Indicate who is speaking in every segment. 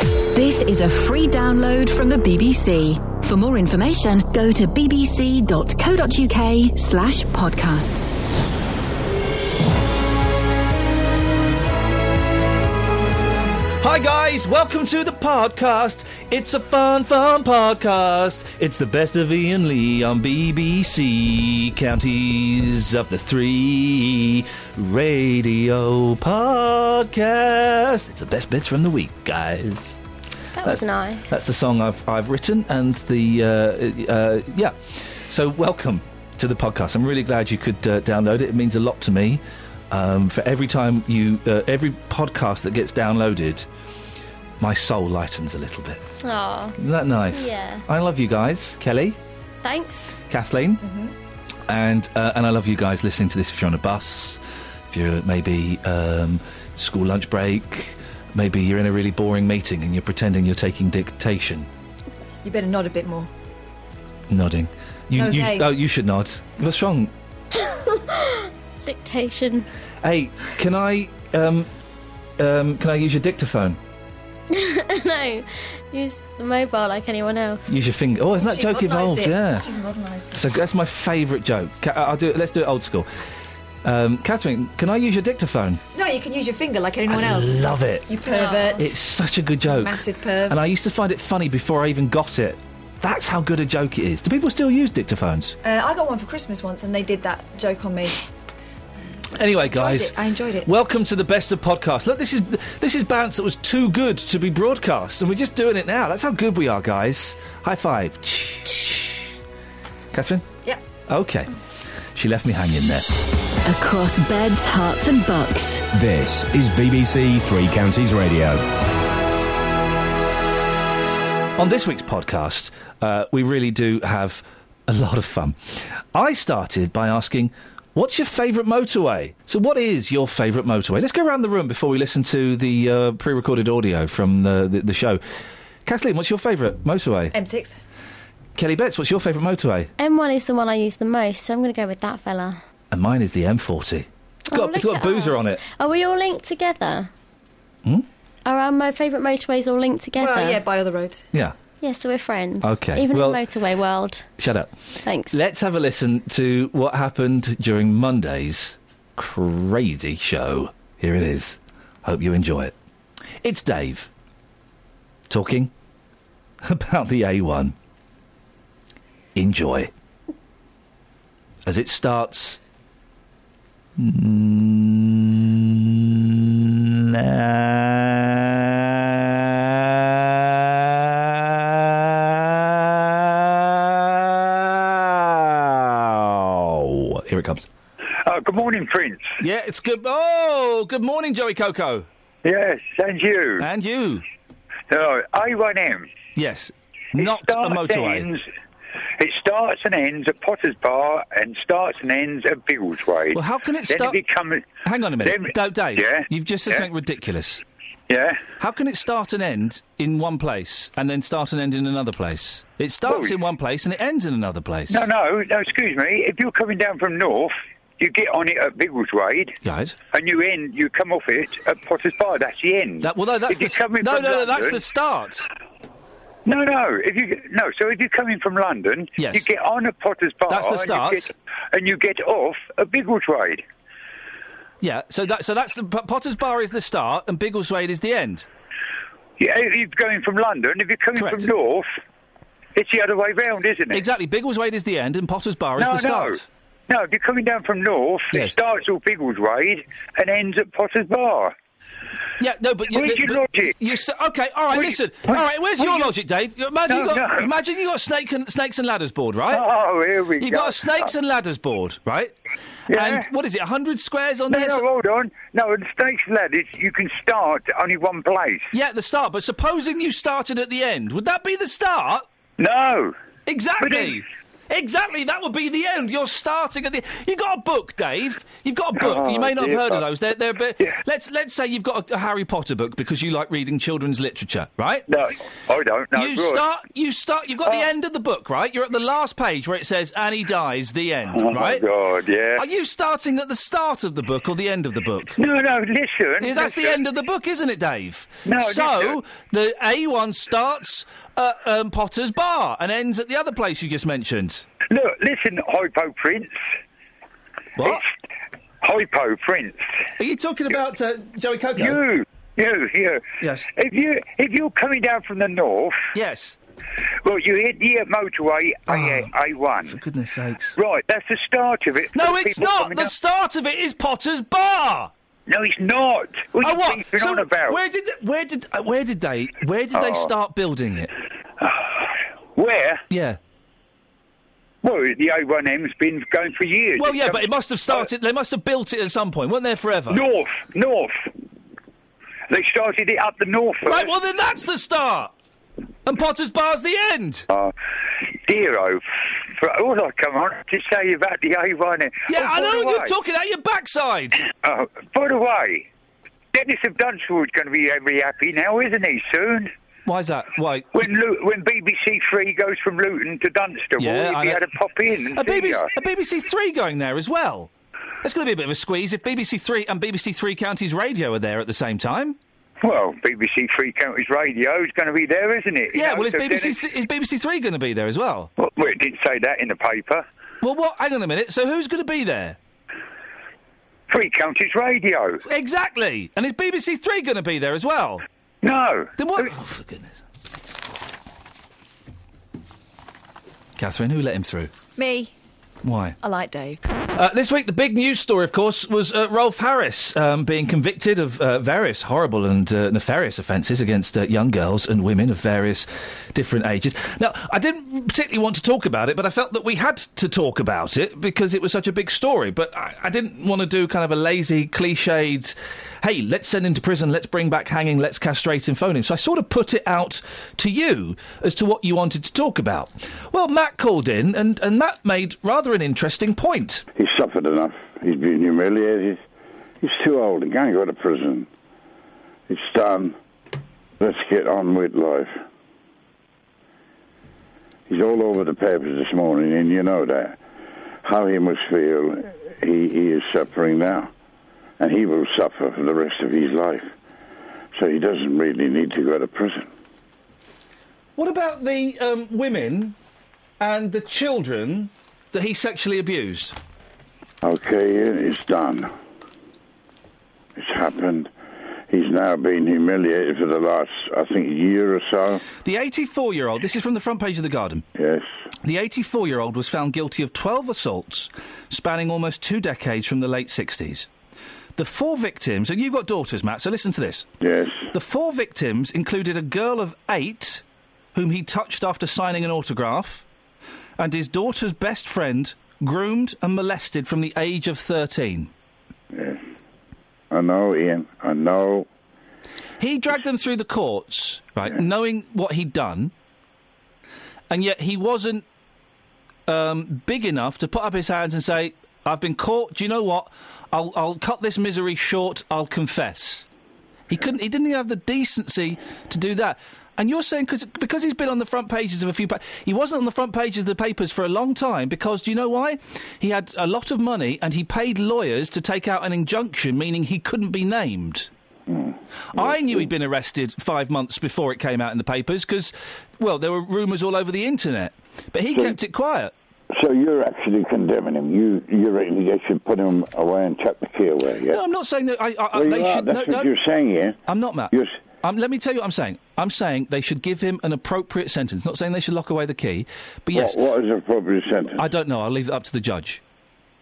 Speaker 1: This is a free download from the BBC. For more information, go to bbc.co.uk slash podcasts.
Speaker 2: Hi guys, welcome to the podcast. It's a fun, fun podcast. It's the best of Ian Lee on BBC Counties of the Three Radio Podcast. It's the best bits from the week, guys.
Speaker 3: That was nice.
Speaker 2: That's the song I've I've written, and the uh, uh, yeah. So welcome to the podcast. I'm really glad you could uh, download it. It means a lot to me. Um, for every time you, uh, every podcast that gets downloaded, my soul lightens a little bit.
Speaker 3: Oh,
Speaker 2: Isn't that nice?
Speaker 3: Yeah.
Speaker 2: I love you guys, Kelly,
Speaker 3: thanks.
Speaker 2: Kathleen, and uh, and I love you guys listening to this. If you're on a bus, if you're maybe um, school lunch break, maybe you're in a really boring meeting and you're pretending you're taking dictation.
Speaker 4: You better nod a bit more.
Speaker 2: Nodding. You,
Speaker 4: Okay.
Speaker 2: you, oh, you should nod. What's wrong?
Speaker 3: Dictation.
Speaker 2: Hey, can I, um, um, can I use your dictaphone?
Speaker 3: no, use the mobile like anyone else.
Speaker 2: Use your finger. Oh, isn't that
Speaker 4: She's
Speaker 2: joke
Speaker 4: modernised
Speaker 2: evolved?
Speaker 4: it.
Speaker 2: Yeah.
Speaker 4: She's modernised it.
Speaker 2: So that's my favourite joke. Ca- uh, I'll do it. Let's do it old school. Um, Catherine, can I use your dictaphone?
Speaker 4: No, you can use your finger like anyone
Speaker 2: I
Speaker 4: else.
Speaker 2: love it.
Speaker 4: You pervert.
Speaker 2: It's such a good joke.
Speaker 4: Massive perv.
Speaker 2: And I used to find it funny before I even got it. That's how good a joke it is. Do people still use dictaphones?
Speaker 4: uh, I got one for Christmas once and they did that joke on me.
Speaker 2: Anyway, guys,
Speaker 4: it. I enjoyed it.
Speaker 2: Welcome to the best of podcasts. Look, this is this is bounce that was too good to be broadcast, and we're just doing it now. That's how good we are, guys. High five, Catherine.
Speaker 4: Yep.
Speaker 2: Okay, she left me hanging there.
Speaker 1: Across beds, hearts and bucks.
Speaker 5: This is BBC Three Counties Radio.
Speaker 2: On this week's podcast, uh, we really do have a lot of fun. I started by asking, "What's your favourite motorway?" So, what is your favourite motorway? Let's go around the room before we listen to the uh, pre-recorded audio from the the, the show. Kathleen, what's your favourite motorway?
Speaker 3: Um,
Speaker 4: M6.
Speaker 2: Kelly Betts, what's your favourite motorway?
Speaker 3: M1 is the one I use the most, so I'm going to go with that fella.
Speaker 2: And mine is the M40. It's
Speaker 3: Oh,
Speaker 2: got, it's
Speaker 3: look
Speaker 2: got a
Speaker 3: at
Speaker 2: boozer
Speaker 3: us.
Speaker 2: on it.
Speaker 3: Are we all linked together? Hmm? Are our my favourite motorways all linked together?
Speaker 4: Well, yeah, by other road.
Speaker 2: Yeah,
Speaker 3: Yeah, so we're friends.
Speaker 2: Okay,
Speaker 3: Even
Speaker 2: well-
Speaker 3: in the motorway world.
Speaker 2: shut up.
Speaker 3: Thanks.
Speaker 2: Let's have a listen to what happened during Monday's crazy show. Here it is. Hope you enjoy it. It's Dave talking about the A1. Enjoy. As it starts now. Here it comes.
Speaker 6: Oh, good morning, Prince.
Speaker 2: Yeah, it's good. Oh, good morning, Joey Coco.
Speaker 6: Yes, and you.
Speaker 2: And you.
Speaker 6: No, A1M.
Speaker 2: Yes.
Speaker 6: It
Speaker 2: Not a
Speaker 6: starts
Speaker 2: motorway.
Speaker 6: and Ends, it starts and ends at Potter's Bar and starts and ends at Biggleswade.
Speaker 2: Well, how can it
Speaker 6: then
Speaker 2: start-
Speaker 6: It becomes,
Speaker 2: Hang on a minute. Da-
Speaker 6: Then-
Speaker 2: Dave,
Speaker 6: Yeah?
Speaker 2: you've just said
Speaker 6: Yeah?
Speaker 2: something ridiculous.
Speaker 6: yeah.
Speaker 2: How can it start and end in one place and then start and end in another place? It starts
Speaker 6: Oh.
Speaker 2: in one place and it ends in another place.
Speaker 6: No, no, no, excuse me. If you're coming down from north, you get on it at Biggleswade.
Speaker 2: Right.
Speaker 6: And you end, you come off it at Potter's Bar. That's the end.
Speaker 2: That, well, no, that's
Speaker 6: if
Speaker 2: the
Speaker 6: you're
Speaker 2: s-
Speaker 6: coming
Speaker 2: no, no,
Speaker 6: from
Speaker 2: no, that's
Speaker 6: London-
Speaker 2: the start.
Speaker 6: No, no. If you no, so if you're coming from London,
Speaker 2: Yes.
Speaker 6: you get on at Potter's Bar.
Speaker 2: That's the
Speaker 6: And you
Speaker 2: start.
Speaker 6: get, and you get off at Biggleswade.
Speaker 2: Yeah. So that, so that's the P- Potter's Bar is the start and Biggleswade is the end.
Speaker 6: Yeah, if you're going from London, if you're coming
Speaker 2: Correct.
Speaker 6: from north, it's the other way round, isn't it?
Speaker 2: Exactly. Biggleswade is the end and Potter's Bar is
Speaker 6: No,
Speaker 2: the start.
Speaker 6: no. No, if you're coming down from north,
Speaker 2: Yes.
Speaker 6: it starts at Biggleswade and ends at Potter's Bar.
Speaker 2: Yeah, no, but you-
Speaker 6: Where's
Speaker 2: but-
Speaker 6: your
Speaker 2: but
Speaker 6: logic?
Speaker 2: You s okay, all right.
Speaker 6: Where-
Speaker 2: listen,
Speaker 6: where-
Speaker 2: all right. Where's
Speaker 6: where
Speaker 2: your
Speaker 6: you-
Speaker 2: logic, Dave? You- Imagine
Speaker 6: No,
Speaker 2: you got
Speaker 6: no.
Speaker 2: imagine you got a snake and snakes and ladders board, right?
Speaker 6: Oh, here we
Speaker 2: You
Speaker 6: go.
Speaker 2: got a snakes and ladders board, right?
Speaker 6: Yeah.
Speaker 2: And what is it? hundred squares on
Speaker 6: No,
Speaker 2: there.
Speaker 6: no, hold on. No, in Snakes Ladders, you can start at only one place.
Speaker 2: Yeah, the start. But supposing you started at the end, would that be the start?
Speaker 6: No.
Speaker 2: Exactly.
Speaker 6: But then-
Speaker 2: Exactly, that would be the end. You're starting at the. You've got a book, Dave. You've got a book.
Speaker 6: Oh,
Speaker 2: you may not have
Speaker 6: dear.
Speaker 2: heard of those. They're, they're a bit-
Speaker 6: Yeah.
Speaker 2: Let's let's say you've got a, a Harry Potter book because you like reading children's literature, right?
Speaker 6: No, I don't. No, Oh.
Speaker 2: you
Speaker 6: right.
Speaker 2: start. You start. You've got the end of the book, right? You're at the last page where it says, "And he dies." The end,
Speaker 6: Oh
Speaker 2: right?
Speaker 6: my God! Yeah.
Speaker 2: Are you starting at the start of the book or the end of the book?
Speaker 6: No, no. Listen.
Speaker 2: Yeah, that's the
Speaker 6: listen.
Speaker 2: end of the book, isn't it, Dave?
Speaker 6: No,
Speaker 2: so
Speaker 6: listen.
Speaker 2: the A1 starts at um, Potter's Bar and ends at the other place you just mentioned.
Speaker 6: Look, listen, Hypo Prince.
Speaker 2: What?
Speaker 6: It's Hypo Prince.
Speaker 2: Are you talking about uh, Joey Coco?
Speaker 6: You, you, you.
Speaker 2: Yes.
Speaker 6: If you if you're coming down from the north,
Speaker 2: Yes. Ah,
Speaker 6: well, you hit the uh, motorway A
Speaker 2: For
Speaker 6: one.
Speaker 2: goodness sakes.
Speaker 6: Right, that's the start of it.
Speaker 2: No,
Speaker 6: For
Speaker 2: it's
Speaker 6: people
Speaker 2: not.
Speaker 6: coming
Speaker 2: The
Speaker 6: up-
Speaker 2: start of it is Potter's Bar.
Speaker 6: no, it's not. What are
Speaker 2: Oh,
Speaker 6: you
Speaker 2: what?
Speaker 6: beefing on about?
Speaker 2: Where did where did uh, where did they where did they
Speaker 6: Oh.
Speaker 2: start building it?
Speaker 6: Where?
Speaker 2: Yeah.
Speaker 6: Well, the A1M's been going for years.
Speaker 2: Well,
Speaker 6: It's
Speaker 2: yeah,
Speaker 6: come-
Speaker 2: but it must have started. They must have built it at some point. weren't there forever?
Speaker 6: north, north. They started it up the north.
Speaker 2: Right.
Speaker 6: first.
Speaker 2: Well, then that's the start. And Potter's Bar's the end.
Speaker 6: Uh, Dero, for all I come on to say about the A1.
Speaker 2: Yeah,
Speaker 6: Oh,
Speaker 2: I
Speaker 6: by
Speaker 2: know
Speaker 6: the way-
Speaker 2: you're talking out your backside.
Speaker 6: Uh, by the way, Dennis of Dunsfold's going to be very happy now, isn't he? Soon.
Speaker 2: Why is that? Why?
Speaker 6: When Lu- when BBC Three goes from Luton to Dunstable,
Speaker 2: Yeah,
Speaker 6: if
Speaker 2: I
Speaker 6: he
Speaker 2: know.
Speaker 6: had to pop in and
Speaker 2: A
Speaker 6: see
Speaker 2: BBC,
Speaker 6: ya.
Speaker 2: a BBC Three going there as well. It's going to be a bit of a squeeze if BBC Three and BBC Three Counties Radio are there at the same time.
Speaker 6: Well, BBC Three Counties Radio is going to be there, isn't it? You
Speaker 2: Yeah,
Speaker 6: know,
Speaker 2: well, is
Speaker 6: so
Speaker 2: BBC
Speaker 6: Dennis-
Speaker 2: th- is BBC Three going to be there as well?
Speaker 6: Well, well, it didn't say that in the paper.
Speaker 2: Well, what? Hang on a minute. So who's going to be there?
Speaker 6: Three Counties Radio.
Speaker 2: Exactly. And is BBC Three going to be there as well?
Speaker 6: No.
Speaker 2: Then what? Oh, for goodness. Catherine, who let him through?
Speaker 4: Me.
Speaker 2: Why?
Speaker 4: I like Dave.
Speaker 2: Uh, this week, the big news story, of course, was uh, Rolf Harris um, being convicted of uh, various horrible and uh, nefarious offences against uh, young girls and women of various different ages. Now, I didn't particularly want to talk about it, but I felt that we had to talk about it because it was such a big story. But I, I didn't want to do kind of a lazy, cliched, hey, let's send him to prison, let's bring back hanging, let's castrate him, phone him. So I sort of put it out to you as to what you wanted to talk about. Well, Matt called in, and, and Matt made rather an interesting point.
Speaker 7: He's suffered enough. He's been humiliated. He's too old. He can't go to prison. It's done. Let's get on with life. He's all over the papers this morning, and you know that. How he must feel. He, he is suffering now. And he will suffer for the rest of his life. So he doesn't really need to go to prison.
Speaker 2: What about the um, women and the children that he sexually abused?
Speaker 7: Okay, it's done. It's happened. He's now been humiliated for the last, I think, year or so.
Speaker 2: The 84 year old, this is from the front page of The Guardian.
Speaker 7: Yes.
Speaker 2: The 84 year old was found guilty of 12 assaults spanning almost two decades from the late 60s. The four victims, and you've got daughters, Matt, so listen to this.
Speaker 7: Yes.
Speaker 2: The four victims included a girl of eight whom he touched after signing an autograph, and his daughter's best friend, groomed and molested from the age of 13.
Speaker 7: I know, Ian. I know.
Speaker 2: He dragged them through the courts, right, knowing what he'd done, and yet he wasn't um, big enough to put up his hands and say, "I've been caught. Do you know what? I'll, I'll cut this misery short. I'll confess." He couldn't. He didn't even have the decency to do that. And you're saying cause, because he's been on the front pages of a few. Pa- he wasn't on the front pages of the papers for a long time because do you know why? He had a lot of money and he paid lawyers to take out an injunction, meaning he couldn't be named. I knew he'd been arrested five months before it came out in the papers because, well, there were rumours all over the internet. But he kept it quiet.
Speaker 7: So you're actually condemning him. You, you reckon they should put him away and chuck the key away, yeah?
Speaker 2: No, I'm not saying that. I, I, I-
Speaker 7: Well, you
Speaker 2: they
Speaker 7: are.
Speaker 2: should.
Speaker 7: That's
Speaker 2: no, Uh,
Speaker 7: what
Speaker 2: no,
Speaker 7: you're saying, Ian.
Speaker 2: I'm not, Matt.
Speaker 7: You're s-
Speaker 2: Um, let me tell you what I'm saying. I'm saying they should give him an appropriate sentence. Not saying they should lock away the key, but yes,
Speaker 7: What, what is the appropriate sentence?
Speaker 2: I don't know. I'll leave it up to the judge.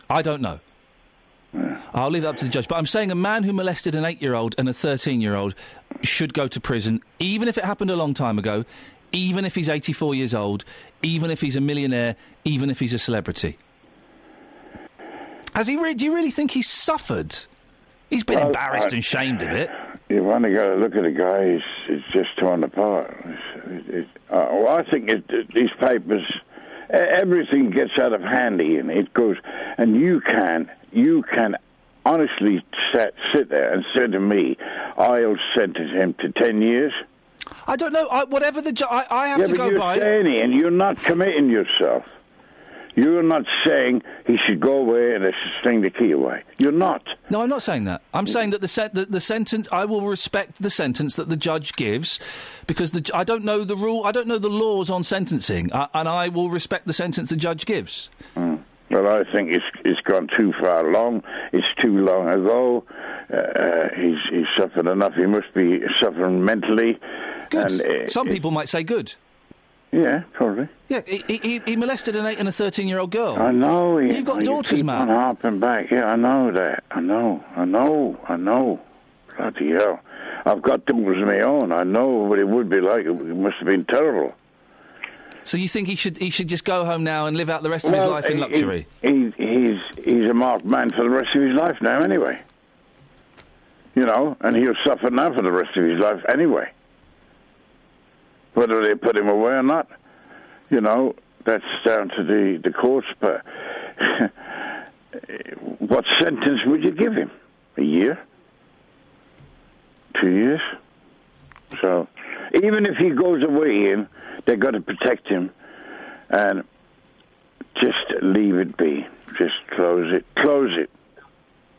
Speaker 2: I don't know. I'll leave it up to the judge. But I'm saying a man who molested an eight year old and a 13 year old should go to prison, even if it happened a long time ago, even if he's 84 years old, even if he's a millionaire, even if he's a celebrity. Has he re- do you really think he's suffered? He's been
Speaker 7: Well,
Speaker 2: embarrassed
Speaker 7: I-
Speaker 2: and shamed a bit.
Speaker 7: You've only got to look at a guy who's, who's just torn apart. It's- it- it- uh, well, I think it, it- these papers E- Everything gets out of hand, Ian. It goes, and you can, you can honestly sat, sit there and say to me, I'll sentence him to 10 years.
Speaker 2: I don't know. I, whatever the ju- I, I have
Speaker 7: yeah,
Speaker 2: to
Speaker 7: but
Speaker 2: go
Speaker 7: you're
Speaker 2: by.
Speaker 7: saying it, and you're not committing yourself. You're not saying he should go away and they should sling the key away. You're not.
Speaker 2: No, I'm not saying that. I'm saying that the, sen- the the sentence. I will respect the sentence that the judge gives, because the, ju- I don't know the rule. I don't know the laws on sentencing, uh, and I will respect the sentence the judge gives.
Speaker 7: Mm. Well, I think it's it's gone too far along. It's too long ago. Uh, Uh, he's he's suffered enough. He must be suffering mentally.
Speaker 2: Good.
Speaker 7: And, uh,
Speaker 2: Some people might say good.
Speaker 7: Yeah, probably.
Speaker 2: Yeah, he, he- he, he molested an eight and a thirteen-year-old girl.
Speaker 7: I know. Ian.
Speaker 2: Oh. You've got
Speaker 7: You
Speaker 2: daughters,
Speaker 7: keep
Speaker 2: man.
Speaker 7: On harping back. Yeah, I know that. I know. I know. I know. Bloody hell! I've got daughters of my own. I know what it would be like. It must have been terrible.
Speaker 2: So you think he should he should just go home now and live out the rest of his
Speaker 7: Well,
Speaker 2: life in
Speaker 7: he-
Speaker 2: luxury?
Speaker 7: He, he's he's a marked man for the rest of his life now, anyway. You know, and he'll suffer now for the rest of his life anyway. Whether they put him away or not, you know, that's down to the the courts. But what sentence would you give him? A year? Two years? So, even if he goes away, Ian, they got to protect him, and just leave it be. Just close it. Close it.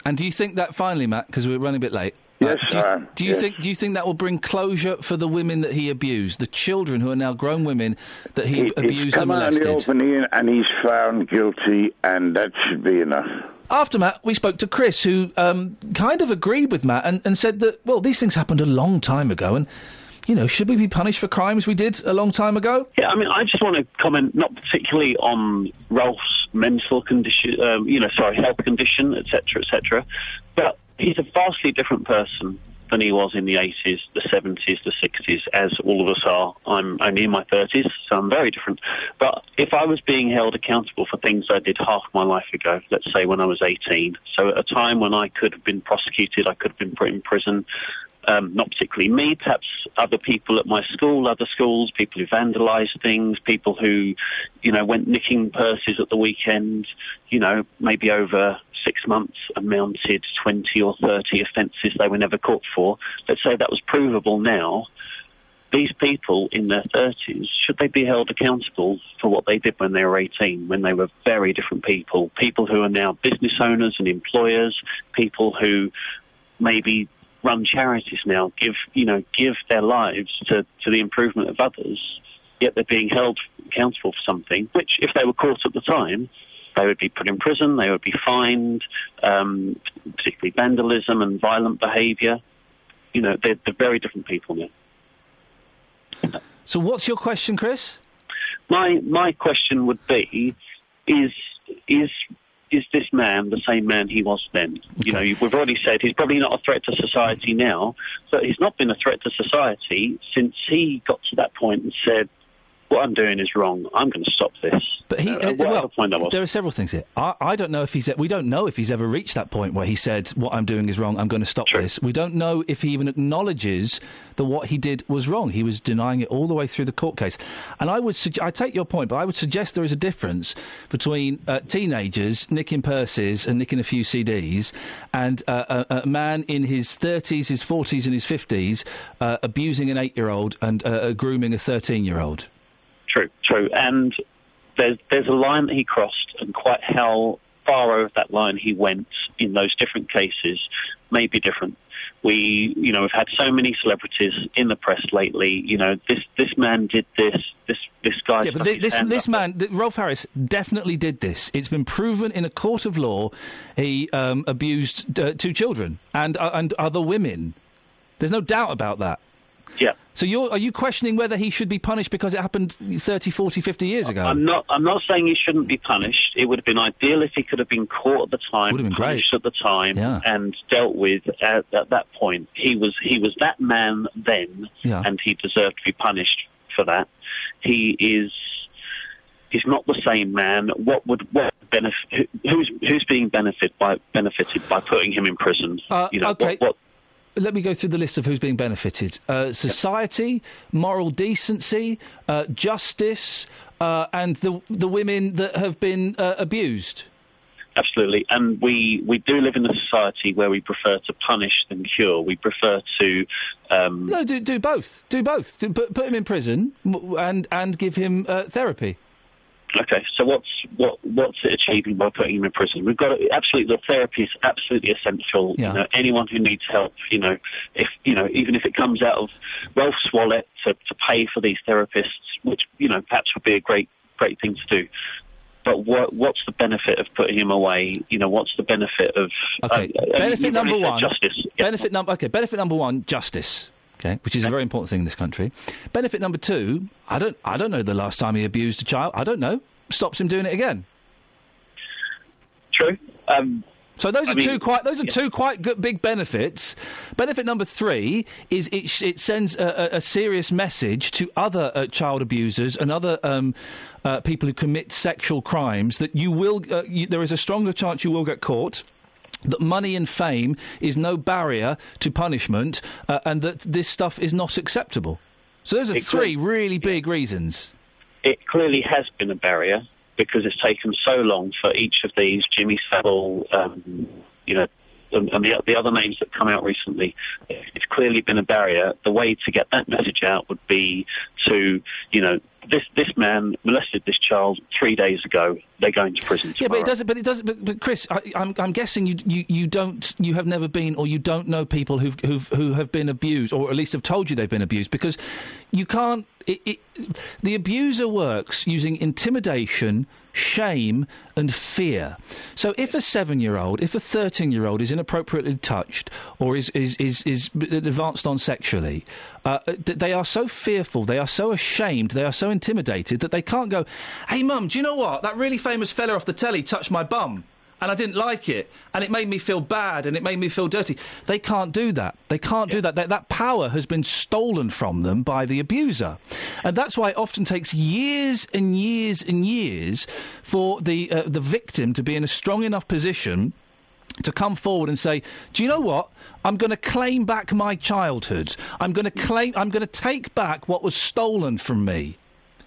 Speaker 2: And do you think that finally, Matt? Because we're running a bit late. uh,
Speaker 7: Yes,
Speaker 2: do you,
Speaker 7: I am.
Speaker 2: do you
Speaker 7: Yes.
Speaker 2: think do you think that will bring closure for the women that he abused, the children who are now grown women that he,
Speaker 7: He- he's
Speaker 2: abused and
Speaker 7: come out in
Speaker 2: molested?
Speaker 7: the open, Ian, and he's found guilty, and that should be enough.
Speaker 2: After Matt, we spoke to Chris, who um, kind of agreed with Matt and, and said that, well, these things happened a long time ago, and, you know, should we be punished for crimes we did a long time ago?
Speaker 8: Yeah, I mean, I just want to comment, not particularly on Ralph's mental condition, um, you know, sorry, health condition, etc., etc., but he's a vastly different person than he was in the 80s, the 70s, the 60s, as all of us are. I'm only in my 30s, so I'm very different. But if I was being held accountable for things I did half my life ago, let's say when I was 18, so at a time when I could have been prosecuted, I could have been put in prison, um, not particularly me, perhaps other people at my school, other schools, people who vandalised things, people who, you know, went nicking purses at the weekend, you know, maybe over six months amounted 20 or 30 offences they were never caught for. Let's say that was provable now. These people in their 30s, should they be held accountable for what they did when they were 18, when they were very different people? People who are now business owners and employers, people who maybe run charities now, give you know, give their lives to, to the improvement of others, yet they're being held accountable for something which, if they were caught at the time, they would be put in prison, they would be fined, um, particularly vandalism and violent behaviour. You know, they're, they're very different people now.
Speaker 2: So what's your question, Chris?
Speaker 8: My my question would be: Is is is this man the same man he was then? You know, we've already said he's probably not a threat to society now, but he's not been a threat to society since he got to that point and said, "What I'm doing is wrong. I'm going to stop this."
Speaker 2: But he,
Speaker 8: Uh,
Speaker 2: uh,
Speaker 8: whatever
Speaker 2: well,
Speaker 8: point that was.
Speaker 2: there are several things here. I, I don't know if he's, e, we don't know if he's ever reached that point where he said, what I'm doing is wrong, I'm going to stop this. We don't know if he even acknowledges that what he did was wrong. He was denying it all the way through the court case. And I would, sug- I take your point, but I would suggest there is a difference between uh, teenagers nicking purses and nicking a few CDs and uh, a, a man in his 30s, his 40s and his 50s uh, abusing an eight-year-old and uh, uh, grooming a 13-year-old.
Speaker 8: True, true. And there's there's a line that he crossed, and quite how far over that line he went in those different cases may be different. We, you know, we've had so many celebrities in the press lately. You know, this this man did this. This this guy.
Speaker 2: Yeah, but
Speaker 8: stuck
Speaker 2: thi-
Speaker 8: his
Speaker 2: this
Speaker 8: hand
Speaker 2: this
Speaker 8: up.
Speaker 2: man, th- Rolf Harris, definitely did this. It's been proven in a court of law. He um, abused uh, two children and uh, and other women. There's no doubt about that.
Speaker 8: Yeah.
Speaker 2: So you're are you questioning whether he should be punished because it happened 30, 40, 50 years ago?
Speaker 8: I'm not. I'm not saying he shouldn't be punished. It would have been ideal if he could have been caught at the time,
Speaker 2: Would have been great.
Speaker 8: punished at the time,
Speaker 2: Yeah.
Speaker 8: and dealt with at, at that point. He was. He was that man then,
Speaker 2: Yeah.
Speaker 8: and he deserved to be punished for that. He is. He's not the same man. What would what benefit? Who's who's being benefit by benefited by putting him in prison?
Speaker 2: Uh,
Speaker 8: you know
Speaker 2: okay.
Speaker 8: what, what
Speaker 2: let me go through the list of who's being benefited uh, society, moral decency, uh, justice, uh, and the, the women that have been uh, abused.
Speaker 8: Absolutely, and we, we do live in a society where we prefer to punish than cure. We prefer to um,
Speaker 2: No, do, do both. Do both. Do, put, put him in prison m- and, and give him uh, therapy.
Speaker 8: Okay, so what's what what's it achieving by putting him in prison? We've got to, absolutely the therapy is absolutely essential.
Speaker 2: Yeah.
Speaker 8: You know, anyone who needs help, you know, if you know, even if it comes out of Ralph's wallet to, to pay for these therapists, which you know perhaps would be a great great thing to do. But what what's the benefit of putting him away? You know, what's the benefit of uh,
Speaker 2: Okay.
Speaker 8: I- I mean,
Speaker 2: benefit
Speaker 8: you've already
Speaker 2: number
Speaker 8: said
Speaker 2: one.
Speaker 8: Justice. Yeah.
Speaker 2: Benefit number. Okay. Benefit number one. Justice. Okay. Which is a very important thing in this country. Benefit number two. I don't. I don't know the last time he abused a child. I don't know. Stops him doing it again.
Speaker 8: True. Um,
Speaker 2: So those
Speaker 8: I
Speaker 2: are
Speaker 8: mean,
Speaker 2: two quite those are
Speaker 8: yeah.
Speaker 2: two quite good big benefits. Benefit number three is it sh- it sends a, a, a serious message to other uh, child abusers and other um, uh, people who commit sexual crimes that you will uh, you, there is a stronger chance you will get caught. That money and fame is no barrier to punishment, uh, and that this stuff is not acceptable. So those are
Speaker 8: It could-
Speaker 2: three really big reasons.
Speaker 8: it clearly has been a barrier because it's taken so long for each of these Jimmy Savile, um, you know, and, and the, the other names that come out recently. It's clearly been a barrier. The way to get that message out would be to, you know, this this man molested this child three days ago. They're going to prison.
Speaker 2: Yeah, but
Speaker 8: tomorrow.
Speaker 2: it doesn't. But it doesn't. But, but Chris, I, I'm, I'm guessing you, you you don't you have never been or you don't know people who've, who've who have been abused or at least have told you they've been abused because you can't. It, it, the abuser works using intimidation, shame, and fear. So if a seven-year-old, if a thirteen-year-old is inappropriately touched or is is is, is advanced on sexually, uh, th- they are so fearful, they are so ashamed, they are so intimidated that they can't go, hey, mum, do you know what? That really famous fella off the telly touched my bum and I didn't like it and it made me feel bad and it made me feel dirty. They can't do that. They can't do that. that. That power has been stolen from them by the abuser. And that's why it often takes years and years and years for the, uh, the victim to be in a strong enough position to come forward and say, "Do you know what? I'm going to claim back my childhood. I'm going to claim. I'm going to take back what was stolen from me."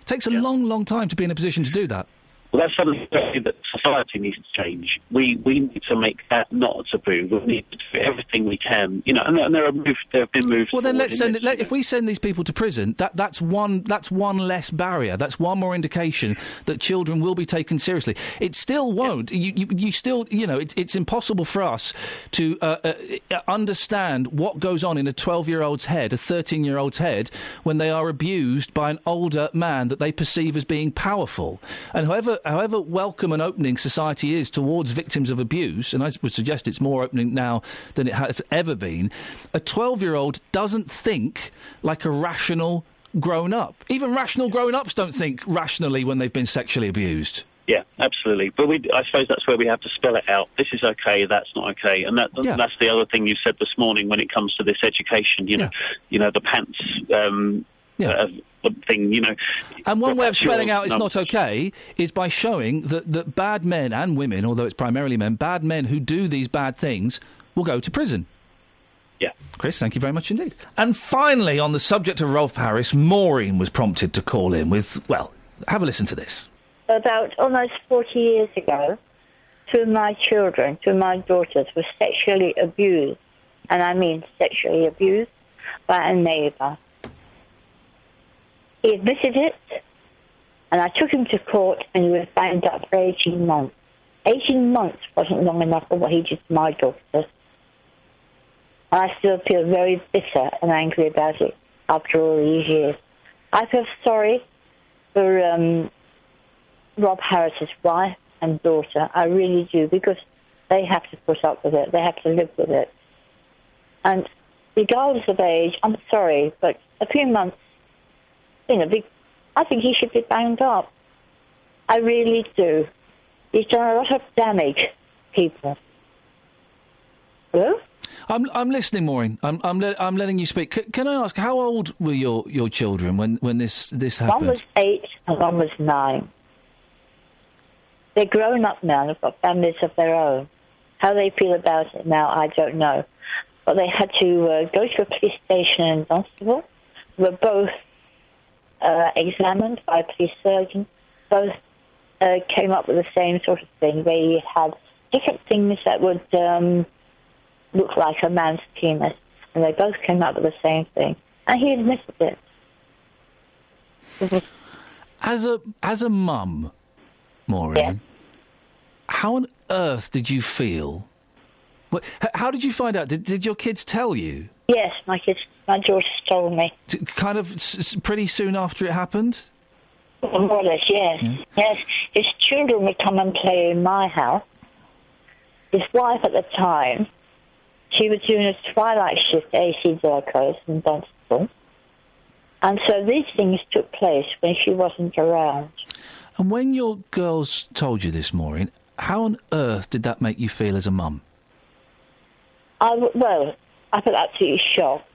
Speaker 2: It takes a long, long time to be in a position to do that.
Speaker 8: Well, that's something that society needs to change. We we need to make that not a taboo. We need to do everything we can, you know. And, and there are moves, there have been moves.
Speaker 2: Well, then
Speaker 8: forward
Speaker 2: let's
Speaker 8: in
Speaker 2: send.
Speaker 8: this,
Speaker 2: It, let,
Speaker 8: you know.
Speaker 2: if we send these people to prison, that, that's one. That's one less barrier. That's one more indication that children will be taken seriously. It still won't. You, you, you still. You know, it's it's impossible for us to uh, uh, uh, understand what goes on in a twelve-year-old's head, a thirteen-year-old's head, when they are abused by an older man that they perceive as being powerful. And however, however welcome and opening society is towards victims of abuse, and I would suggest it's more opening now than it has ever been, a 12 year old doesn't think like a rational grown up. Even rational grown ups don't think rationally when they've been sexually abused.
Speaker 8: Yeah, absolutely. But we, I suppose that's where we have to spell it out. This is okay. That's not okay. And that,
Speaker 2: Yeah.
Speaker 8: that's the other thing you said this morning when it comes to this education. You know,
Speaker 2: Yeah.
Speaker 8: you know the pants um,
Speaker 2: Yeah.
Speaker 8: uh, thing. You know,
Speaker 2: And one
Speaker 8: Well,
Speaker 2: way of
Speaker 8: that's your
Speaker 2: spelling out it's not
Speaker 8: numbers.
Speaker 2: okay is by showing that, that bad men and women, although it's primarily men, bad men who do these bad things will go to prison.
Speaker 8: Yeah.
Speaker 2: Chris, thank you very much indeed. And finally, on the subject of Rolf Harris, Maureen was prompted to call in with, well, have a listen to this.
Speaker 9: about almost 40 years ago, two of my children, two of my daughters, were sexually abused, and I mean sexually abused, by a neighbour. He admitted it, and I took him to court, and he was bound up for 18 months. 18 months wasn't long enough for what he did to my daughters. And I still feel very bitter and angry about it after all these years. I feel sorry for um, Rob Harris's wife and daughter. I really do because they have to put up with it. They have to live with it. And regardless of age, I'm sorry, but a few months, you know, be, I think he should be bound up. I really do. He's done a lot of damage, people. Hello?
Speaker 2: I'm, I'm listening, Maureen. I'm, I'm, le- I'm letting you speak. C- can I ask, how old were your, your children when, when this, this
Speaker 9: One
Speaker 2: happened?
Speaker 9: was eight and one was nine. They're grown up now and have got families of their own. How they feel about it now, I don't know. but they had to uh, go to a police station in Dunstable. They were both uh, examined by a police surgeon. Both uh, came up with the same sort of thing. They had different things that would um, look like a man's penis, and they both came up with the same thing. And he admitted it.
Speaker 2: As a as a mum, Maureen,
Speaker 9: Yeah.
Speaker 2: how on earth did you feel? What, h- how did you find out? Did, did your kids tell you?
Speaker 9: Yes, my kids, my daughter stole me.
Speaker 2: T- kind of s- s- pretty soon after it happened.
Speaker 9: More or less, yes. Yes, his children would come and play in my house. His wife at the time, she was doing a twilight shift at AC Delacroix in Dunstable. And so these things took place when she wasn't around.
Speaker 2: And when your girls told you this, Maureen, how on earth did that make you feel as a mum?
Speaker 9: I, w- well, I felt absolutely shocked.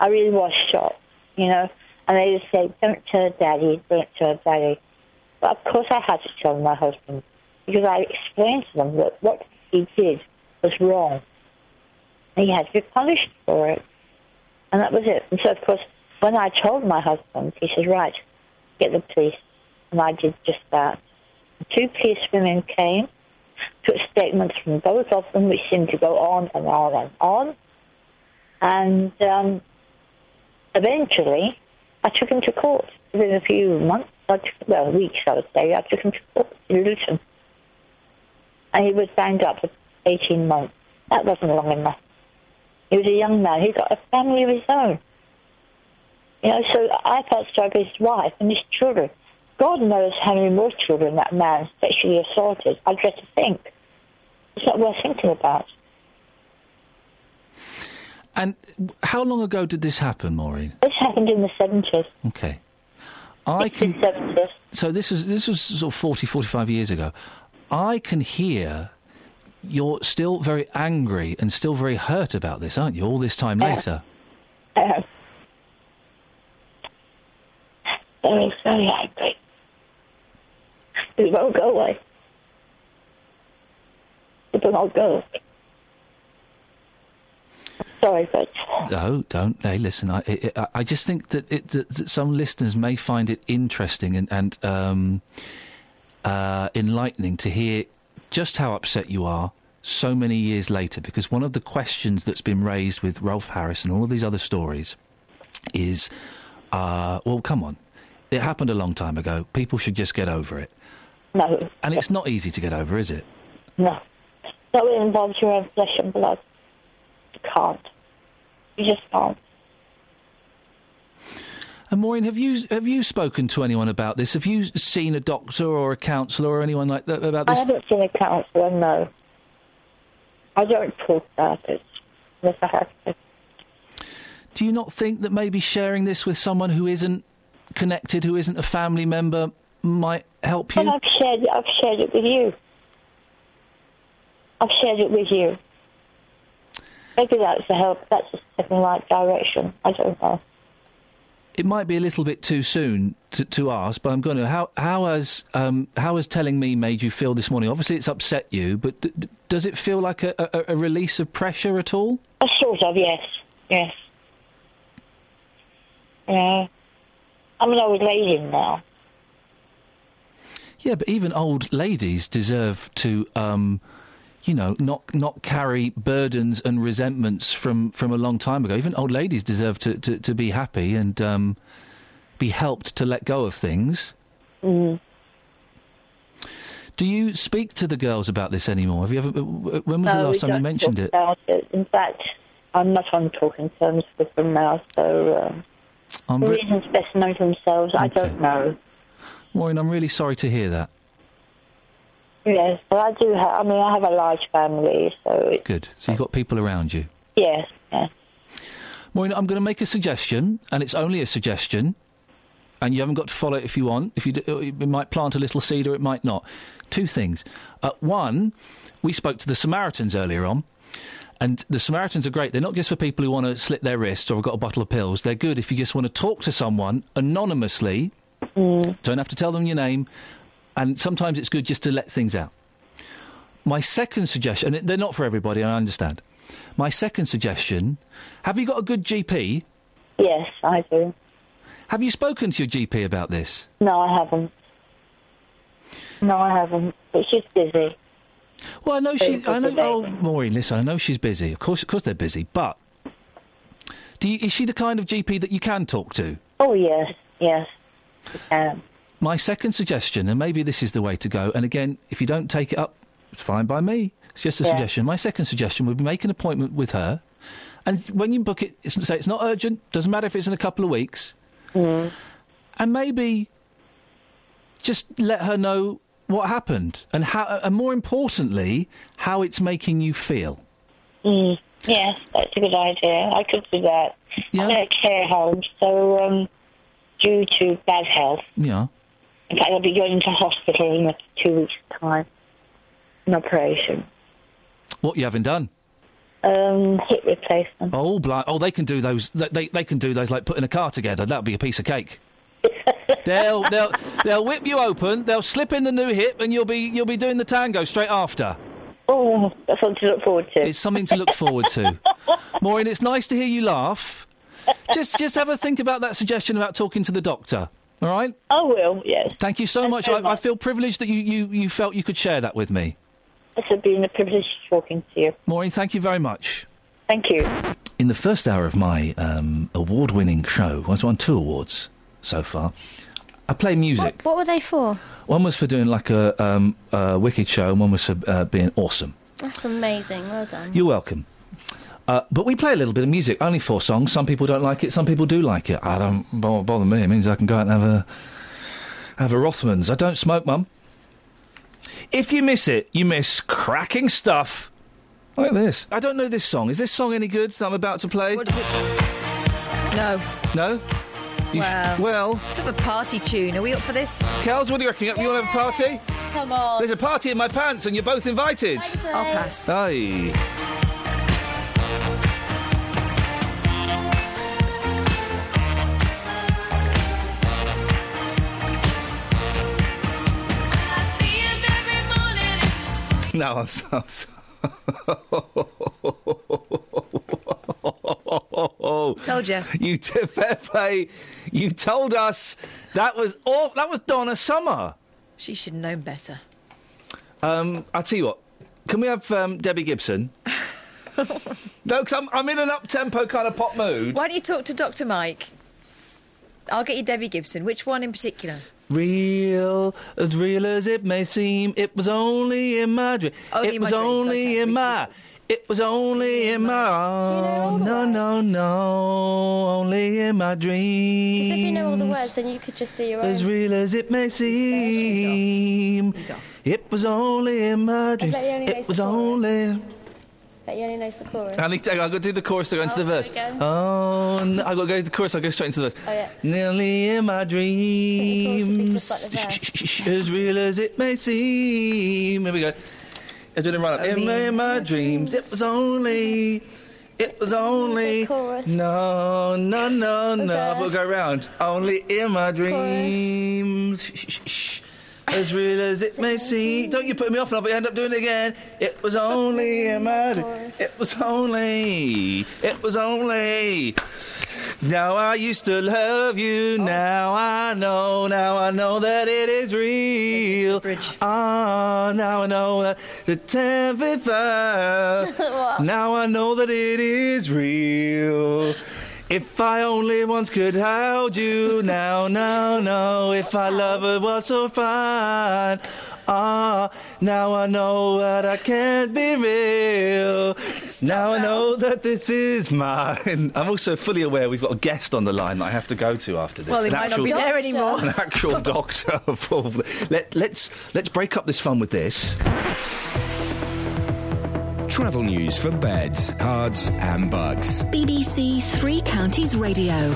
Speaker 9: I really was shocked, you know. And they would say, don't tell daddy, don't tell daddy. But of course I had to tell my husband because I explained to them that what he did was wrong. And he had to be punished for it. And that was it. And so, of course, when I told my husband, he said, right, get the police. And I did just that. Two police women came took statements from both of them, which seemed to go on and on and on. And um, eventually, I took him to court. Within a few months, I took, well, weeks, I would say, I took him to court in Luton. And he was bound up for 18 months. That wasn't long enough. He was a young man. He got a family of his own. You know, so I felt sorry for his wife and his children. God knows how many more children that man sexually assaulted. I dread to think. It's not worth thinking about.
Speaker 2: And how long ago did this happen, Maureen?
Speaker 9: This happened in the 70s.
Speaker 2: Okay. I
Speaker 9: It's the
Speaker 2: can
Speaker 9: 70s.
Speaker 2: so this was this was sort of 40 45 years ago. I can hear you're still very angry and still very hurt about this, aren't you? All this time
Speaker 9: Yeah.
Speaker 2: later.
Speaker 9: Um, very, very angry. It won't go away. It will not go. Sorry, but
Speaker 2: No, don't. Hey, listen. I, I- I, I just think that, it, that that some listeners may find it interesting and and um, uh, enlightening to hear just how upset you are so many years later. Because one of the questions that's been raised with Rolf Harris and all of these other stories is, uh, well, come on, it happened a long time ago. People should just get over it.
Speaker 9: no,
Speaker 2: And it's not easy to get over, is it?
Speaker 9: no. No, it involves your own flesh and blood. You can't. You just can't.
Speaker 2: And Maureen, have you have you spoken to anyone about this? Have you seen a doctor or a counsellor or anyone like that about
Speaker 9: I
Speaker 2: this?
Speaker 9: haven't seen a counsellor, no. I don't talk about it unless I have to.
Speaker 2: Do you not think that maybe sharing this with someone who isn't connected, who isn't a family member, might help
Speaker 9: But
Speaker 2: you?
Speaker 9: I've shared, I've shared it with you. I've shared it with you. Maybe that's a help. That's a step in the right direction. I don't know.
Speaker 2: It might be a little bit too soon to, to ask, but I'm going to. How how has um, how has telling me made you feel this morning? Obviously, it's upset you, but d- d- does it feel like a, a, a release of pressure at all?
Speaker 9: A sort of, yes. Yes. Yeah. I'm an old lady now.
Speaker 2: Yeah, but even old ladies deserve to, um, you know, not not carry burdens and resentments from, from a long time ago. Even old ladies deserve to, to, to be happy and um, be helped to let go of things. Mm. Do you speak to the girls about this anymore? Have you ever? When was the
Speaker 9: No, we
Speaker 2: last time you
Speaker 9: don't Uh,
Speaker 2: mentioned
Speaker 9: talk
Speaker 2: it?
Speaker 9: About it? In fact, I'm not on talking terms with them now, so um,
Speaker 2: I'm
Speaker 9: the
Speaker 2: re-
Speaker 9: reasons best known to themselves, I
Speaker 2: Okay.
Speaker 9: don't know.
Speaker 2: Maureen, I'm really sorry to hear that.
Speaker 9: Yes, but I do. Ha- I mean, I have a large family, so it,
Speaker 2: Good. So you've got people around you.
Speaker 9: yes, yes.
Speaker 2: Maureen, I'm going to make a suggestion, and it's only a suggestion, and you haven't got to follow it if you want. If you do, it might plant a little seed or it might not. Two things. Uh, one, we spoke to the Samaritans earlier on. And the Samaritans are great. They're not just for people who want to slit their wrists or have got a bottle of pills. They're good if you just want to talk to someone anonymously. Don't have to tell them your name. And sometimes it's good just to let things out. My second suggestion, and they're not for everybody, I understand. My second suggestion have you got a good GP?
Speaker 9: Yes, I do.
Speaker 2: Have you spoken to your GP about this?
Speaker 9: No, I haven't. No, I haven't. But she's busy.
Speaker 2: Well, I know she.
Speaker 9: Thank you
Speaker 2: I know.
Speaker 9: for
Speaker 2: Oh, Maureen, listen. I know she's busy. Of course, of course, they're busy. But do you, is she the kind of GP that you can talk to?
Speaker 9: Oh, yes, yes. Um,
Speaker 2: My second suggestion, and maybe this is the way to go. And again, if you don't take it up, it's fine by me. It's just a
Speaker 9: Yeah.
Speaker 2: suggestion. My second suggestion would be make an appointment with her, and when you book it, it's, say it's not urgent. Doesn't matter if it's in a couple of weeks,
Speaker 9: Mm.
Speaker 2: and maybe just let her know what happened and how, and more importantly, how it's making you feel.
Speaker 9: mm, yes, that's a good idea. I could do that. I'm in a care home, so um, due to bad health,
Speaker 2: Yeah.
Speaker 9: in fact, I'll be going to hospital in like two weeks' time. An operation.
Speaker 2: What you haven't done?
Speaker 9: Um, hip replacement.
Speaker 2: Oh, bli oh, they can do those. They, they they can do those like putting a car together. That'll be a piece of cake. they'll they'll they'll whip you open. They'll slip in the new hip, and you'll be you'll be doing the tango straight after.
Speaker 9: Oh, that's something to look forward to.
Speaker 2: It's something to look forward to. Maureen, it's nice to hear you laugh. Just just have a think about that suggestion about talking to the doctor. All right.
Speaker 9: I will. Yes.
Speaker 2: Thank you so much.
Speaker 9: very
Speaker 2: I, I feel privileged that you, you, you felt you could share that with me.
Speaker 9: It's a been a privilege talking to you.
Speaker 2: Maureen, thank you very much.
Speaker 9: Thank you.
Speaker 2: In the first hour of my um, award winning show, I've won two awards so far. I play music.
Speaker 3: What were they for?
Speaker 2: One was for doing like a, um, a wicked show, and one was for uh, being awesome.
Speaker 3: That's amazing. Well done.
Speaker 2: You're welcome. Uh, but we play a little bit of music, only four songs. Some people don't like it, some people do like it. I don't bo- bother me. It means I can go out and have a have a Rothmans. I don't smoke, mum. If you miss it, you miss cracking stuff like this. I don't know this song. Is this song any good that I'm about to play?
Speaker 4: What does it? No.
Speaker 2: No? You sh-
Speaker 4: Well.
Speaker 2: well,
Speaker 4: It's sort of a party tune. Are we up for this?
Speaker 2: Kels, what do you reckon? You up- You want to have a party?
Speaker 3: Come on.
Speaker 2: There's a party in my pants and you're both invited.
Speaker 4: I'll pass.
Speaker 2: Aye. No, I'm so. I'm so-
Speaker 4: Told you.
Speaker 2: You t- fair play. You told us that was all. That was Donna Summer.
Speaker 4: She should have known better.
Speaker 2: Um, I'll tell you what. Can we have um, Debbie Gibson? no, 'cause I'm, I'm in an up-tempo kind of pop mood.
Speaker 4: Why don't you talk to Dr. Mike? I'll get you Debbie Gibson. Which one in particular?
Speaker 2: Real, as real as it may seem, it was only in my dream.
Speaker 4: Only
Speaker 2: it
Speaker 4: in my
Speaker 2: was
Speaker 4: dreams,
Speaker 2: only
Speaker 4: okay.
Speaker 2: in my. It was only in my.
Speaker 3: all the
Speaker 2: no, no, no, only in my dreams.
Speaker 3: Because if you know all the words, then you could just do your own.
Speaker 2: As real as it may seem,
Speaker 4: He's off.
Speaker 2: it was only in my dreams.
Speaker 3: bet you only
Speaker 2: It
Speaker 3: raised
Speaker 2: was
Speaker 3: the chorus.
Speaker 2: only.
Speaker 3: But you only knows the chorus.
Speaker 2: I need to. I got to do the chorus to go into
Speaker 3: Oh,
Speaker 2: the verse.
Speaker 3: there we go.
Speaker 2: Oh, no, I got to go to the chorus. I will go straight into the verse.
Speaker 3: Oh, yeah.
Speaker 2: Nearly in my
Speaker 3: chorus would be just
Speaker 2: dreams,
Speaker 3: like the
Speaker 2: Shh, shh, shh, shh, as real as it may seem. Here we go. I did it right up. In my,
Speaker 4: only
Speaker 2: in my dreams, it was only. It was only.
Speaker 3: chorus.
Speaker 2: No, no, no, no. I've got to
Speaker 3: verse.
Speaker 2: go round. Only in my dreams. Shh, shh, shh, shh. As real as it may seem. Don't you put me off and I'll end up doing it again. It was only in my dreams. It was only. It was only. Now I used to love you. Now I know. Now I know that it is real.
Speaker 4: bridge.
Speaker 2: Ah, now I know that the tenth hour. now I know that it is real. If I only once could hold you. Now, now, no. If I love her was so fine. Ah, now I know that I can't be real. now I know that this is mine. I'm also fully aware we've got a guest on the line that I have to go to after this.
Speaker 4: Well, he
Speaker 2: An
Speaker 4: might not
Speaker 2: actual-
Speaker 4: be there anymore.
Speaker 2: an actual doctor. probably. Let, let's let's break up this fun with this.
Speaker 5: Travel news for beds, cards, and bugs.
Speaker 1: BBC Three Counties Radio.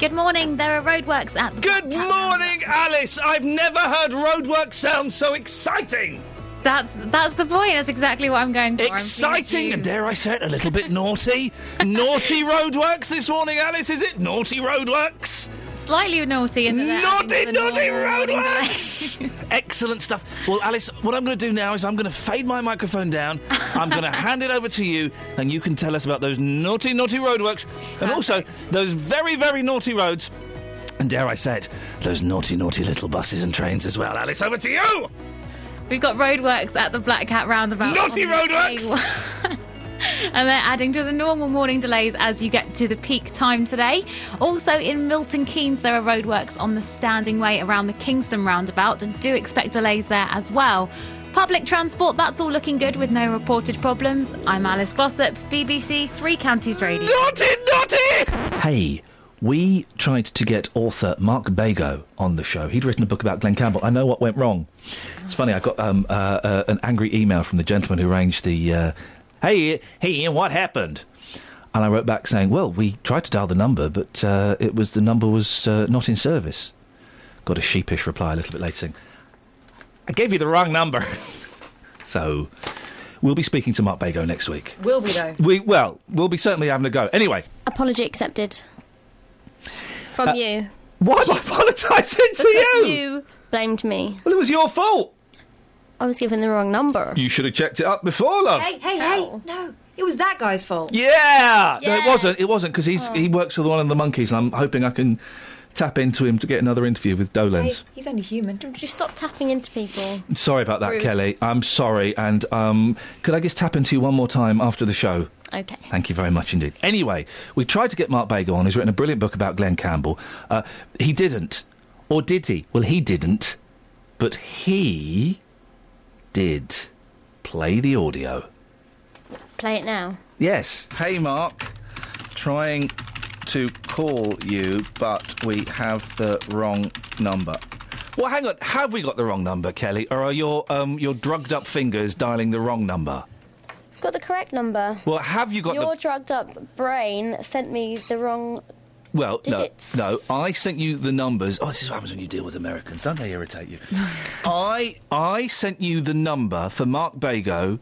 Speaker 10: Good morning. There are roadworks at the
Speaker 2: Good morning, Alice. I've never heard roadwork sound so exciting,
Speaker 10: That's that's the point. That's exactly what I'm going for. I'm pleased
Speaker 2: exciting,
Speaker 10: you-
Speaker 2: and dare I say it, a little bit naughty. naughty roadworks this morning, Alice. Is it naughty roadworks?
Speaker 10: slightly naughty and then
Speaker 2: Naughty, naughty
Speaker 10: roadworks.
Speaker 2: Excellent stuff. Well, Alice, what I'm going to do now is I'm going to fade my microphone down. I'm going to hand it over to you, and you can tell us about those naughty, naughty roadworks, and also those very, very naughty roads, and dare I say it, those naughty, naughty little buses and trains as well. Alice, over to you.
Speaker 10: We've got roadworks at the Black Cat roundabout.
Speaker 2: Naughty
Speaker 10: on the A1. And they're adding to the normal morning delays as you get to the peak time today. Also in Milton Keynes, there are roadworks on the standing way around the Kingston roundabout. Do expect delays there as well. Public transport, that's all looking good with no reported problems. I'm Alice Bossop, BBC Three Counties Radio.
Speaker 2: Naughty, naughty! Hey, we tried to get author Mark Bago on the show. He'd written a book about Glenn Campbell. I know what went wrong. It's funny. I got um, uh, uh, an angry email from the gentleman who arranged the. Uh, hey, hey, Ian, what happened? And I wrote back saying, "Well, we tried to dial the number, but uh, it was the number was uh, not in service." Got a sheepish reply a little bit later saying, "I gave you the wrong number." so, we'll be speaking to Mark Bago next week.
Speaker 4: Will we though?
Speaker 2: We well, we'll be certainly having a go. Anyway,
Speaker 3: Apology accepted. From
Speaker 2: Uh,
Speaker 3: you.
Speaker 2: Why am I apologising to
Speaker 3: Because
Speaker 2: you?
Speaker 3: You blamed me.
Speaker 2: Well, it was your fault.
Speaker 3: I was given the wrong number.
Speaker 2: You should have checked it up before, love.
Speaker 4: Hey, hey, hey! No, it was that guy's fault.
Speaker 2: Yeah. No, it
Speaker 4: Yeah.
Speaker 2: wasn't. It wasn't because he's
Speaker 4: Oh.
Speaker 2: he works with one of the monkeys, and I'm hoping I can tap into him to get another interview with Dolens.
Speaker 4: He's only human.
Speaker 3: Just stop tapping into people.
Speaker 2: Sorry about that,
Speaker 3: Rude.
Speaker 2: Kelly. I'm sorry, and um, could I just tap into you one more time after the show?
Speaker 3: Okay.
Speaker 2: Thank you very much indeed. Anyway, we tried to get Mark Bago on. He's written a brilliant book about Glenn Campbell. Uh, he didn't. Or did he? Well, he didn't. But he did play the audio.
Speaker 3: Play it now.
Speaker 2: Yes. Hey, Mark. Trying to call you, but we have the wrong number. Well, hang on. Have we got the wrong number, Kelly? Or are your, um, your drugged up fingers dialing the wrong number?
Speaker 3: I've got the correct number.
Speaker 2: Well, have you got the.
Speaker 3: Your drugged up brain sent me the wrong.
Speaker 2: Well,
Speaker 3: Digits.
Speaker 2: no, no. I sent you the numbers. Oh, this is what happens when you deal with Americans. Don't they irritate you? I I sent you the number for Mark Bago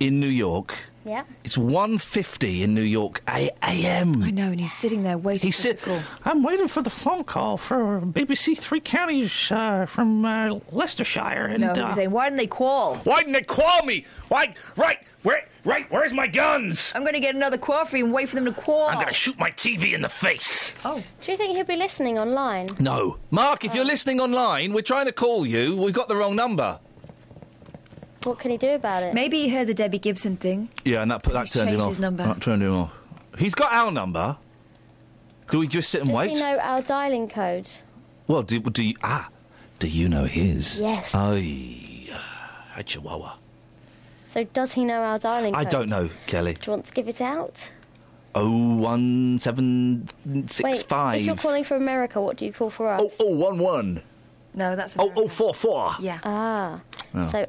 Speaker 2: in New York.
Speaker 3: Yeah.
Speaker 2: It's 1.50 in New York a- a.m.
Speaker 4: I know, and he's sitting there waiting for the call.
Speaker 11: I'm waiting for the phone call for BBC Three Counties uh, from uh, Leicestershire. And,
Speaker 4: No,
Speaker 11: uh,
Speaker 4: he's saying, why didn't they call?
Speaker 2: Why didn't they call me? Why? Right, where? Right, where's my guns?
Speaker 4: I'm going to get another call for you and wait for them to call.
Speaker 2: I'm going to shoot my TV in the face.
Speaker 4: Oh.
Speaker 3: Do you think he'll be listening online?
Speaker 2: No. Mark, if you're listening online, we're trying to call you. We've got the wrong number.
Speaker 3: What can he do about it?
Speaker 4: Maybe he heard the Debbie Gibson thing.
Speaker 2: Yeah, and that, put- that
Speaker 4: He's
Speaker 2: turned him
Speaker 4: changed
Speaker 2: off.
Speaker 4: his number.
Speaker 2: That turned him off. He's got our number. Do we just sit and
Speaker 3: Does
Speaker 2: wait?
Speaker 3: he know our dialing code?
Speaker 2: Well, do, do you ah? Do you know his?
Speaker 3: Yes.
Speaker 2: Aye, a chihuahua.
Speaker 3: So does he know our dialing
Speaker 2: I
Speaker 3: code?
Speaker 2: don't know, Kelly.
Speaker 3: Do you want to give it out?
Speaker 2: Oh one seven
Speaker 3: Wait,
Speaker 2: six
Speaker 3: If you're
Speaker 2: five.
Speaker 3: calling from America, what do you call for us?
Speaker 2: Oh oh one one.
Speaker 4: No, that's
Speaker 2: Oh oh four four.
Speaker 4: Yeah.
Speaker 3: Ah.
Speaker 2: Oh.
Speaker 3: So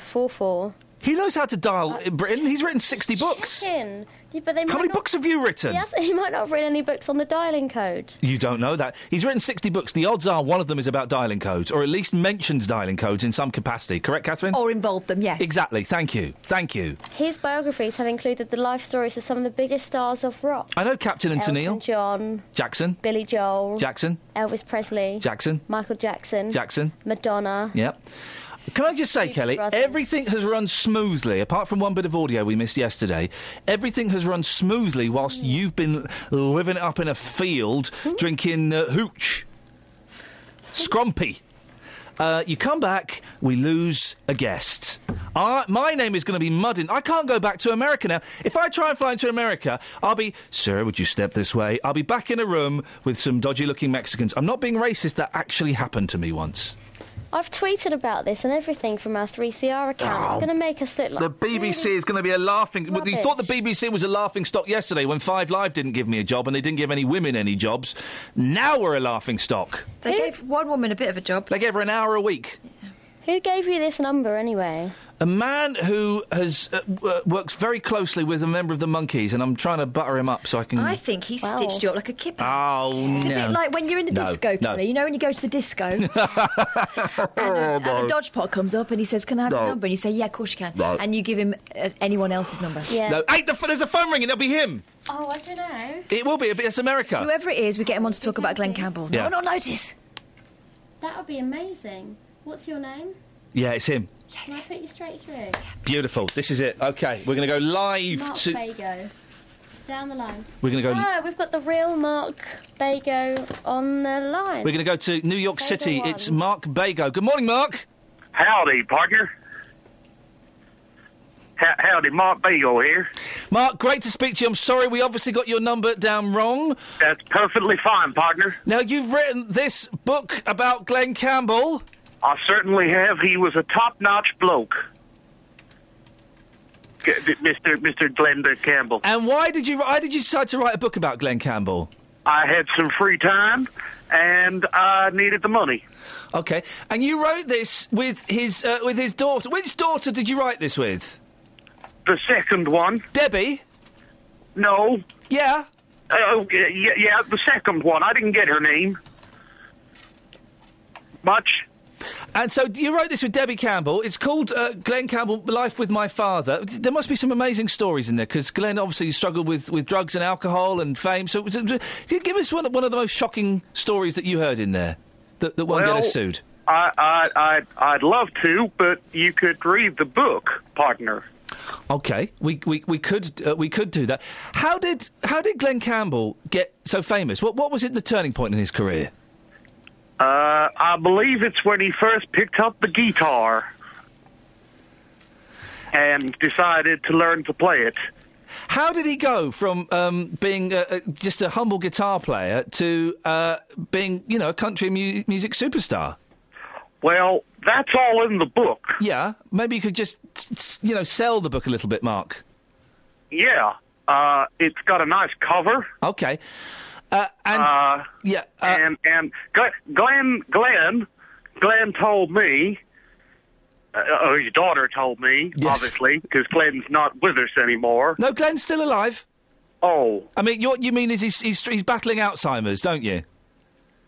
Speaker 3: 0044.
Speaker 2: He knows how to dial in Britain. He's written sixty books.
Speaker 3: Uh, Chicken. Yeah, but they
Speaker 2: How
Speaker 3: might
Speaker 2: many
Speaker 3: not-
Speaker 2: books have you written?
Speaker 3: Yes, he might not have written any books on the dialing code.
Speaker 2: You don't know that. He's written 60 books. The odds are one of them is about dialing codes, or at least mentions dialing codes in some capacity. Correct, Catherine?
Speaker 4: Or involved them, yes.
Speaker 2: Exactly. Thank you. Thank you.
Speaker 3: His biographies have included the life stories of some of the biggest stars of rock.
Speaker 2: I know Captain and
Speaker 3: Elton
Speaker 2: Tennille.
Speaker 3: John,
Speaker 2: Jackson.
Speaker 3: Billy Joel,
Speaker 2: Jackson.
Speaker 3: Elvis Presley,
Speaker 2: Jackson.
Speaker 3: Michael Jackson,
Speaker 2: Jackson.
Speaker 3: Madonna.
Speaker 2: Yeah. Can I just say, Kelly,
Speaker 3: brothers.
Speaker 2: everything has run smoothly, apart from one bit of audio we missed yesterday. Everything has run smoothly whilst you've been living it up in a field drinking uh, hooch, scrumpy. Uh, you come back, we lose a guest. I, my name is going to be Muddin. I can't go back to America now. If I try and fly into America, I'll be, sir, would you step this way? I'll be back in a room with some dodgy looking Mexicans. I'm not being racist, that actually happened to me once.
Speaker 3: I've tweeted about this and everything from our 3CR account. It's
Speaker 2: Oh.
Speaker 3: going to make us look like.
Speaker 2: The BBC is going to be a laughing. well, You thought the BBC was a laughing stock yesterday when Five Live didn't give me a job and they didn't give any women any jobs. Now we're a laughing stock.
Speaker 4: They gave one woman a bit of a job.
Speaker 2: They gave her an hour a week.
Speaker 3: Who gave you this number anyway?
Speaker 2: A man who has uh, w- works very closely with a member of the Monkeys, and I'm trying to butter him up so I can.
Speaker 4: I think he
Speaker 2: Wow.
Speaker 4: stitched you up like a kipper.
Speaker 2: Mm. Oh
Speaker 4: It's
Speaker 2: no!
Speaker 4: a bit like when you're in the
Speaker 2: No,
Speaker 4: disco,
Speaker 2: no.
Speaker 4: Connie. You know when you go to the disco and, uh, and the dodgepot comes up and he says, "Can I have
Speaker 2: Oh, No.
Speaker 4: your number?" And you say, "Yeah, of course you can."
Speaker 2: No.
Speaker 4: And you give him uh, anyone else's number.
Speaker 2: No, hey, the, there's a phone ringing. It'll be him.
Speaker 4: Oh, I don't know.
Speaker 2: It will be. It'll be it's America.
Speaker 4: Whoever it is, we get him on to talk about Glenn Campbell.
Speaker 2: Yeah.
Speaker 4: No one will notice.
Speaker 3: That would be amazing. What's your name?
Speaker 2: Yeah, it's him.
Speaker 3: Can I put you straight through?
Speaker 2: Beautiful. This is it. Okay, we're going to go live
Speaker 3: Mark
Speaker 2: to.
Speaker 3: Bago. It's down the line.
Speaker 2: We're going to go.
Speaker 3: Ah, we've got the real Mark Bago on the line.
Speaker 2: We're going to go to New York City. It's Mark Bago. Good morning, Mark.
Speaker 12: Howdy, partner. How- Howdy, Mark Beagle here.
Speaker 2: Mark, great to speak to you. I'm sorry we obviously got your number down wrong.
Speaker 12: That's perfectly fine, partner.
Speaker 2: Now you've written this book about Glenn Campbell.
Speaker 12: I certainly have. He was a top-notch bloke, G- d- Mister Mister Glenda Campbell.
Speaker 2: And why did you why did you decide to write a book about Glenn Campbell?
Speaker 12: I had some free time, and I needed the money.
Speaker 2: Okay, and you wrote this with his uh, with his daughter. Which daughter did you write this with?
Speaker 12: The second one,
Speaker 2: Debbie.
Speaker 12: No.
Speaker 2: Yeah.
Speaker 12: Oh, y- yeah, yeah. The second one. I didn't get her name. Much.
Speaker 2: And so you wrote this with Debbie Campbell. It's called uh, Glenn Campbell: Life with My Father. There must be some amazing stories in there because Glenn obviously struggled with, with drugs and alcohol and fame. So, so, so give us one, one of the most shocking stories that you heard in there that, that won't
Speaker 12: well,
Speaker 2: get us sued.
Speaker 12: I, I, I'd, I'd love to, but you could read the book, partner.
Speaker 2: Okay, we we, we could uh, we could do that. How did how did Glenn Campbell get so famous? What what was it the turning point in his career?
Speaker 12: Uh, I believe it's when he first picked up the guitar and decided to learn to play it.
Speaker 2: How did he go from um, being uh, uh, just a humble guitar player to uh, being you know a country mu- music superstar?
Speaker 12: Well, that's all in the book.
Speaker 2: Yeah, maybe you could just s- s- you know sell the book a little bit, Mark.
Speaker 12: Yeah, uh, it's got a nice cover.
Speaker 2: Okay. Uh, and yeah, uh,
Speaker 12: and and Gl- Glenn Glenn Glenn told me, uh, or his daughter told me, obviously, 'cause obviously, because Glenn's not with us anymore.
Speaker 2: No, Glenn's still alive.
Speaker 12: Oh,
Speaker 2: I mean, you- what you mean is he's, he's he's battling Alzheimer's, don't you?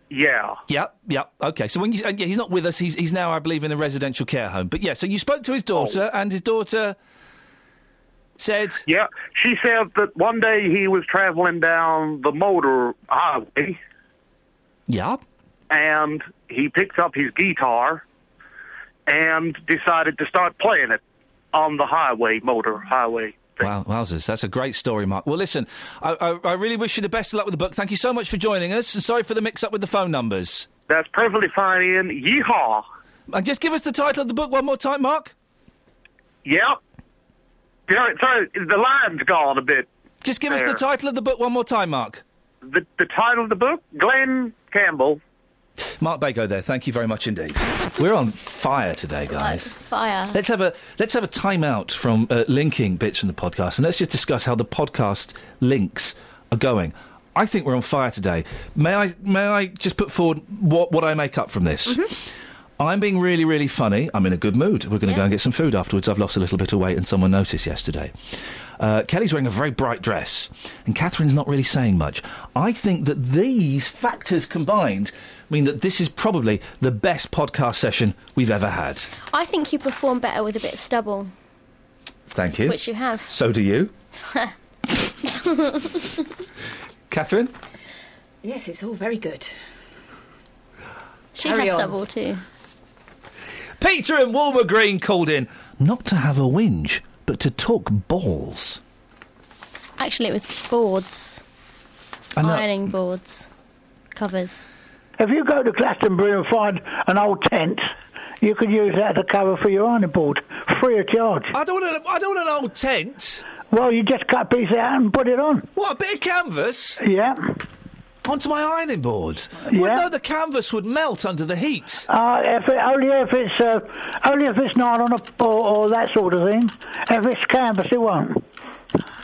Speaker 12: Yeah.
Speaker 2: Yep, yep. Okay, so when you, and yeah, he's not with us. He's he's now, I believe, in a residential care home. But yeah, so you spoke to his
Speaker 12: Oh.
Speaker 2: daughter, and his daughter said,
Speaker 12: Yeah, she said that one day he was traveling down the motor highway
Speaker 2: "Yeah,
Speaker 12: and he picked up his guitar and decided to start playing it on the highway, motor highway.
Speaker 2: wow, wowzers, that's a great story, Mark." Well, listen, I, I I really wish you the best of luck with the book. Thank you so much for joining us, and sorry for the mix up with the phone numbers.
Speaker 12: That's perfectly fine, Ian. Yeehaw!
Speaker 2: And just give us the title of the book one more time, Mark.
Speaker 12: Yep. Sorry, sorry, the line's gone a bit.
Speaker 2: Just give us the title of the book one more time, Mark.
Speaker 12: The, the title of the book? Glenn Campbell.
Speaker 2: Mark Bago there. Thank you very much indeed. We're on fire today, guys.
Speaker 3: Fire.
Speaker 2: Let's have a let's have a timeout from uh, linking bits from the podcast, and let's just discuss how the podcast links are going. I think we're on fire today. May I may I just put forward what what I make up from this? I'm being really really funny. I'm in a good mood. We're going to go and get some food afterwards. I've lost a little bit of weight, and someone noticed yesterday. Uh, Kelly's wearing a very bright dress, and Catherine's not really saying much. I think that these factors combined mean that this is probably the best podcast session we've ever had.
Speaker 3: I think you perform better with a bit of stubble,
Speaker 2: Thank you.
Speaker 3: which you have.
Speaker 2: So do you, Catherine?
Speaker 4: Yes, it's all very good.
Speaker 3: she
Speaker 4: Carry
Speaker 3: has
Speaker 4: on.
Speaker 3: stubble too.
Speaker 2: Peter and Wilma Green called in not to have a whinge, but to talk balls.
Speaker 3: Actually, it was boards,
Speaker 2: I know.
Speaker 3: ironing boards, covers.
Speaker 13: If you go to Glastonbury and find an old tent, you can use that as a cover for your ironing board, free of charge.
Speaker 2: I don't want. A, I don't want an old tent.
Speaker 13: Well, you just cut a piece out and put it on.
Speaker 2: What a bit of canvas!
Speaker 13: Yeah.
Speaker 2: Onto my ironing board. Well, no, the canvas would melt under the heat.
Speaker 13: Uh, if it, only if it's uh, only if it's nylon or, or that sort of thing. If it's canvas, it won't.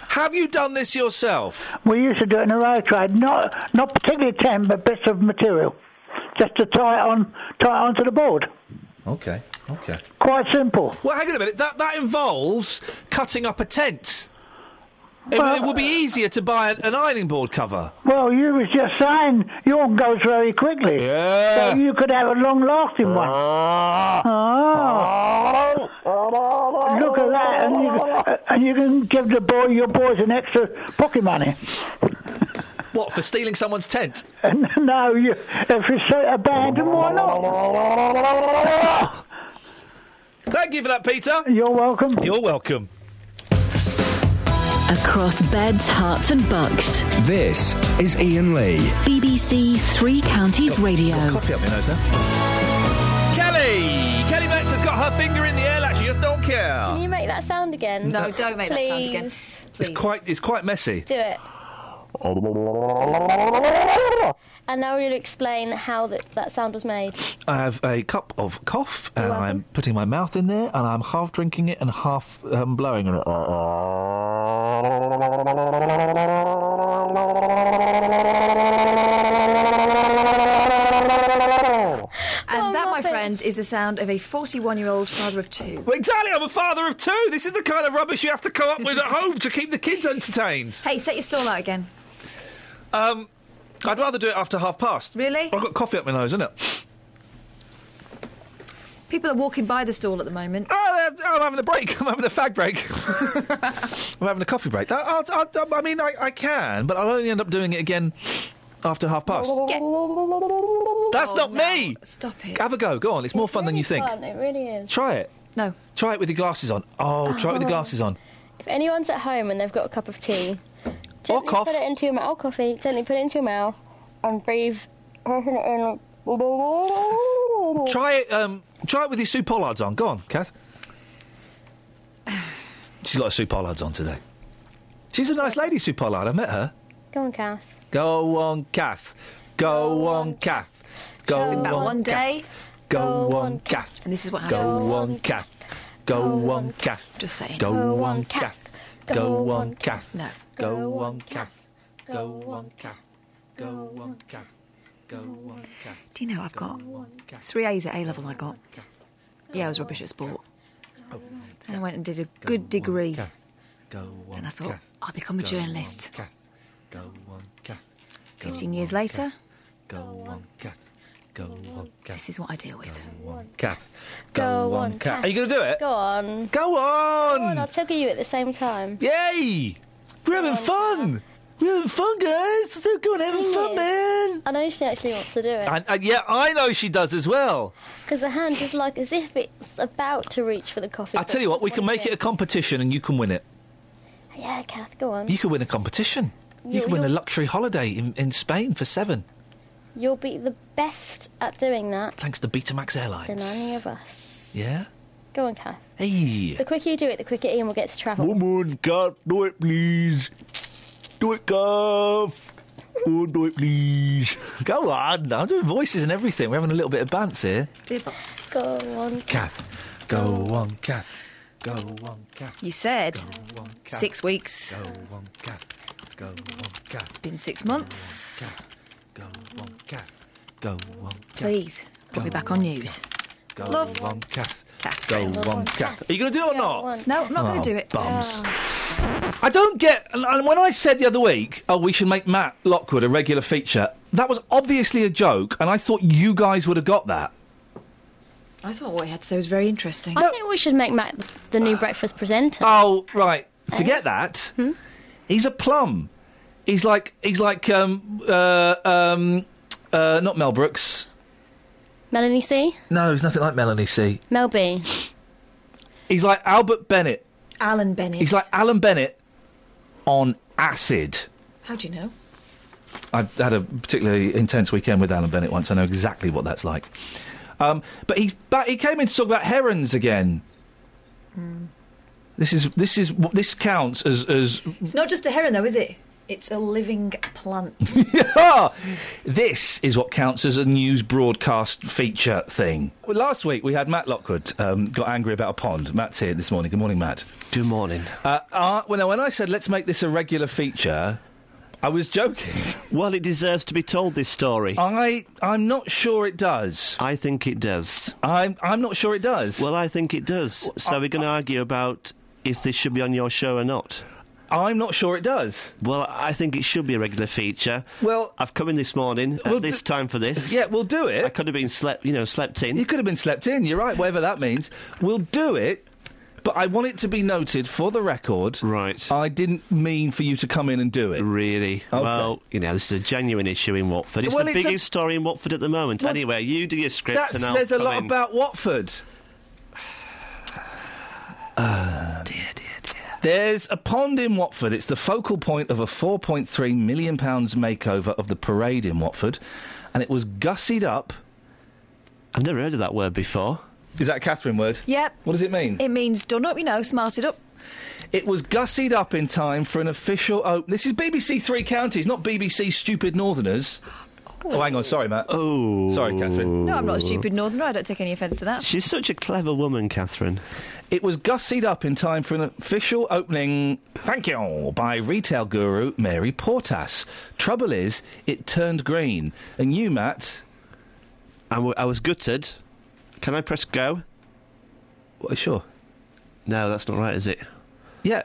Speaker 2: Have you done this yourself?
Speaker 13: We used to do it in a road trade, not not particularly tent, but bits of material, just to tie it on tie it onto the board.
Speaker 2: Okay. Okay.
Speaker 13: Quite simple.
Speaker 2: Well, hang on a minute. That that involves cutting up a tent. It, it would be easier to buy an, an ironing board cover.
Speaker 13: Well, you was just saying yours goes very quickly. Yeah. So you could have a long lasting one. Oh. Ah. Look at that. And you, can- and you can give the boy your boys an extra pocket money.
Speaker 2: What for stealing someone's tent?
Speaker 13: And no, you, if it's so abandoned, why not?
Speaker 2: Thank you for that, Peter.
Speaker 13: You're welcome.
Speaker 2: You're welcome.
Speaker 1: Across beds, hearts, and bucks.
Speaker 5: This is Ian Lee.
Speaker 1: BBC Three Counties Radio.
Speaker 2: Coffee up my nose there. Kelly! Kelly Max has got her finger in the air like she just don't care.
Speaker 3: Can you make that sound again?
Speaker 4: No, don't make that sound again.
Speaker 3: Please,
Speaker 2: It's quite it's quite messy.
Speaker 3: Do it. And now you'll explain how that, that sound was made.
Speaker 2: I have a cup of cough, and I'm putting my mouth in there, and I'm half drinking it and half um, blowing on it.
Speaker 4: And
Speaker 3: Oh,
Speaker 4: that, my friends, is the sound of a 41 year old father of two.
Speaker 2: Well, exactly, I'm a father of two. This is the kind of rubbish you have to come up with at home to keep the kids entertained.
Speaker 4: Hey, set your stall out again.
Speaker 2: Um, I'd rather do it after half past.
Speaker 4: Really?
Speaker 2: I've got coffee up my nose, innit?
Speaker 4: People are walking by the stall at the moment.
Speaker 2: Oh, they're- I'm having a break. I'm having a fag break. I'm having a coffee break. I, I, I, I mean, I, I can, but I'll only end up doing it again after half past.
Speaker 3: Oh,
Speaker 2: That's not me.
Speaker 4: Oh, Stop it.
Speaker 2: Have a go. Go on. It's more fun than you think.
Speaker 3: Fun, it really is.
Speaker 2: Try it.
Speaker 4: No.
Speaker 2: Try it with your glasses on. Oh, try it with your
Speaker 3: Oh.
Speaker 2: glasses on.
Speaker 3: If anyone's at home and they've got a cup of tea, gently
Speaker 2: cough.
Speaker 3: put it into your mouth. Or coffee. Gently put it into your mouth and breathe. Pushing it in.
Speaker 2: Try it. Um, try it with your Sue Pollards on. Go on, Kath. She's got her Sue Pollards on today. She's a nice lady, Sue Pollard. I met her.
Speaker 3: Go on, Kath.
Speaker 2: Go on, Kath. Go on, Kath. Go
Speaker 4: Been back
Speaker 2: on,
Speaker 4: one day.
Speaker 2: Kath. Go on, Kath.
Speaker 4: And this is what happens.
Speaker 2: Go on, Kath. Go on, Kath.
Speaker 4: Just saying.
Speaker 2: Go on, Kath. Go on, Kath.
Speaker 4: No.
Speaker 2: Go on, Kath. Go on, Kath. Go on, Kath. Go on, Kath.
Speaker 4: Do you know I've got three A's at A level? I got. Yeah, I was rubbish at sport. Then I went and did a good degree.
Speaker 2: Go on,
Speaker 4: Then I thought
Speaker 2: Kath.
Speaker 4: I'll become a
Speaker 2: Go on,
Speaker 4: journalist.
Speaker 2: Kath. Go on, Kath. Go
Speaker 4: Fifteen years later,
Speaker 2: Go on, Kath. Go on, Kath.
Speaker 4: this is what I deal with.
Speaker 2: Kath.
Speaker 3: Go on,
Speaker 2: Kath. Are you going to do it?
Speaker 3: Go on.
Speaker 2: Go on.
Speaker 3: Go on. I'll tickle you at the same time.
Speaker 2: Yay! We're having fun. We're having fun, guys. So go on, having fun, man.
Speaker 3: I know she actually wants to do it
Speaker 2: And, and yeah, I know she does as well.
Speaker 3: because the hand is like as if it's about to reach for the coffee.
Speaker 2: I tell you what, we can make it a competition, and you can win it.
Speaker 3: A... Yeah, Kath, go on.
Speaker 2: You can win a competition. You
Speaker 3: You-
Speaker 2: can win a
Speaker 3: you'll-
Speaker 2: luxury holiday in, in Spain for seven,
Speaker 3: You'll be the best at doing that
Speaker 2: thanks to Betamax
Speaker 3: than
Speaker 2: Airlines.
Speaker 3: any of us.
Speaker 2: Yeah.
Speaker 3: Go on, Kath.
Speaker 2: Hey.
Speaker 3: The quicker you do it, the quicker Ian will get to travel.
Speaker 2: Woman, God, do it, please. Do it, Gav. Oh, do it, please. Go on. I'm doing voices and everything. We're having a little bit of bants here.
Speaker 4: Dear boss.
Speaker 3: Go on.
Speaker 2: Kath. Go on, Kath. Go on, Kath.
Speaker 4: You said
Speaker 2: Go on, Kath.
Speaker 4: six weeks.
Speaker 2: Go on, Kath. Go on, Kath.
Speaker 4: It's been six months.
Speaker 2: Go on, Kath. Go on, Kath.
Speaker 4: Please, put me back on news.
Speaker 2: Go
Speaker 4: Love.
Speaker 2: on, Kath.
Speaker 4: Kath.
Speaker 2: Go
Speaker 4: Love
Speaker 2: on,
Speaker 4: on
Speaker 2: Kath.
Speaker 4: Kath.
Speaker 2: Are you going to do it or not?
Speaker 4: No, I'm not going
Speaker 2: Oh,
Speaker 4: to do it.
Speaker 2: bums. I don't get. and- And when I said the other week, oh, we should make Matt Lockwood a regular feature, that was obviously a joke, and I thought you guys would have got that.
Speaker 4: I thought what he had to say was very interesting.
Speaker 3: I think we should make Matt the
Speaker 2: Uh,
Speaker 3: new breakfast presenter.
Speaker 2: Oh, right.
Speaker 4: Eh?
Speaker 2: Forget that.
Speaker 4: Hmm?
Speaker 2: He's a plum. He's like he's like um uh um uh not Mel Brooks.
Speaker 3: Melanie C.
Speaker 2: No, he's nothing like Melanie C.
Speaker 3: Mel B.
Speaker 2: He's like Albert Bennett.
Speaker 4: Alan Bennett.
Speaker 2: He's like Alan Bennett on acid.
Speaker 4: How do you know?
Speaker 2: I had a particularly intense weekend with Alan Bennett once. I know exactly what that's like. Um, but he but he came in to talk about herons again. This is this is this counts as as
Speaker 4: It's not just a heron, though, is it? It's a living plant.
Speaker 2: Yeah. This is what counts as a news broadcast feature thing. Well, last week we had Matt Lockwood um, got angry about a pond. Matt's here this morning. Good morning, Matt.
Speaker 14: Good morning.
Speaker 2: Uh, uh, well, now, when I said let's make this a regular feature, I was joking.
Speaker 14: Well, it deserves to be told this story.
Speaker 2: I I'm not sure it does.
Speaker 14: I think it does.
Speaker 2: I'm I'm not sure it does.
Speaker 14: Well, I think it does. So we're going to argue about if this should be on your show or not.
Speaker 2: I'm not sure it does.
Speaker 14: Well, I think it should be a regular feature.
Speaker 2: Well,
Speaker 14: I've come in this morning at
Speaker 2: Well,
Speaker 14: this time for this.
Speaker 2: Yeah, we'll do it.
Speaker 14: I could have been slept, you know, slept in.
Speaker 2: You could have been slept in. You're right. Whatever that means, we'll do it. But I want it to be noted for the record.
Speaker 14: Right.
Speaker 2: I didn't mean for you to come in and do it.
Speaker 14: Really?
Speaker 2: Okay.
Speaker 14: Well, you know, this is a genuine issue in Watford. It's
Speaker 2: Well,
Speaker 14: the
Speaker 2: it's a-
Speaker 14: biggest story in Watford at the moment. anyway, you do your script
Speaker 2: that
Speaker 14: and I'll
Speaker 2: says a
Speaker 14: come
Speaker 2: lot
Speaker 14: in.
Speaker 2: about Watford.
Speaker 14: Oh,
Speaker 2: Uh, There's a pond in Watford. It's the focal point of a £4.3 million makeover of the parade in Watford, and it was gussied up.
Speaker 14: I've never heard of that word before.
Speaker 2: Is that a Catherine word?
Speaker 4: Yep.
Speaker 2: What does it mean?
Speaker 4: It means done up, you know, smarted up.
Speaker 2: It was gussied up in time for an official open. This is BBC Three Counties, not BBC Stupid Northerners. Oh, hang on. Sorry, Matt.
Speaker 14: Oh.
Speaker 2: Sorry, Catherine.
Speaker 4: No, I'm not a stupid northerner. I don't take any offence to that.
Speaker 14: She's such a clever woman, Catherine.
Speaker 2: It was gussied up in time for an official opening, thank you, by retail guru Mary Portas. Trouble is, it turned green. And you, Matt?
Speaker 14: I, w- I was gutted. Can I press go?
Speaker 2: Well, sure.
Speaker 14: No, that's not right, is it?
Speaker 2: Yeah.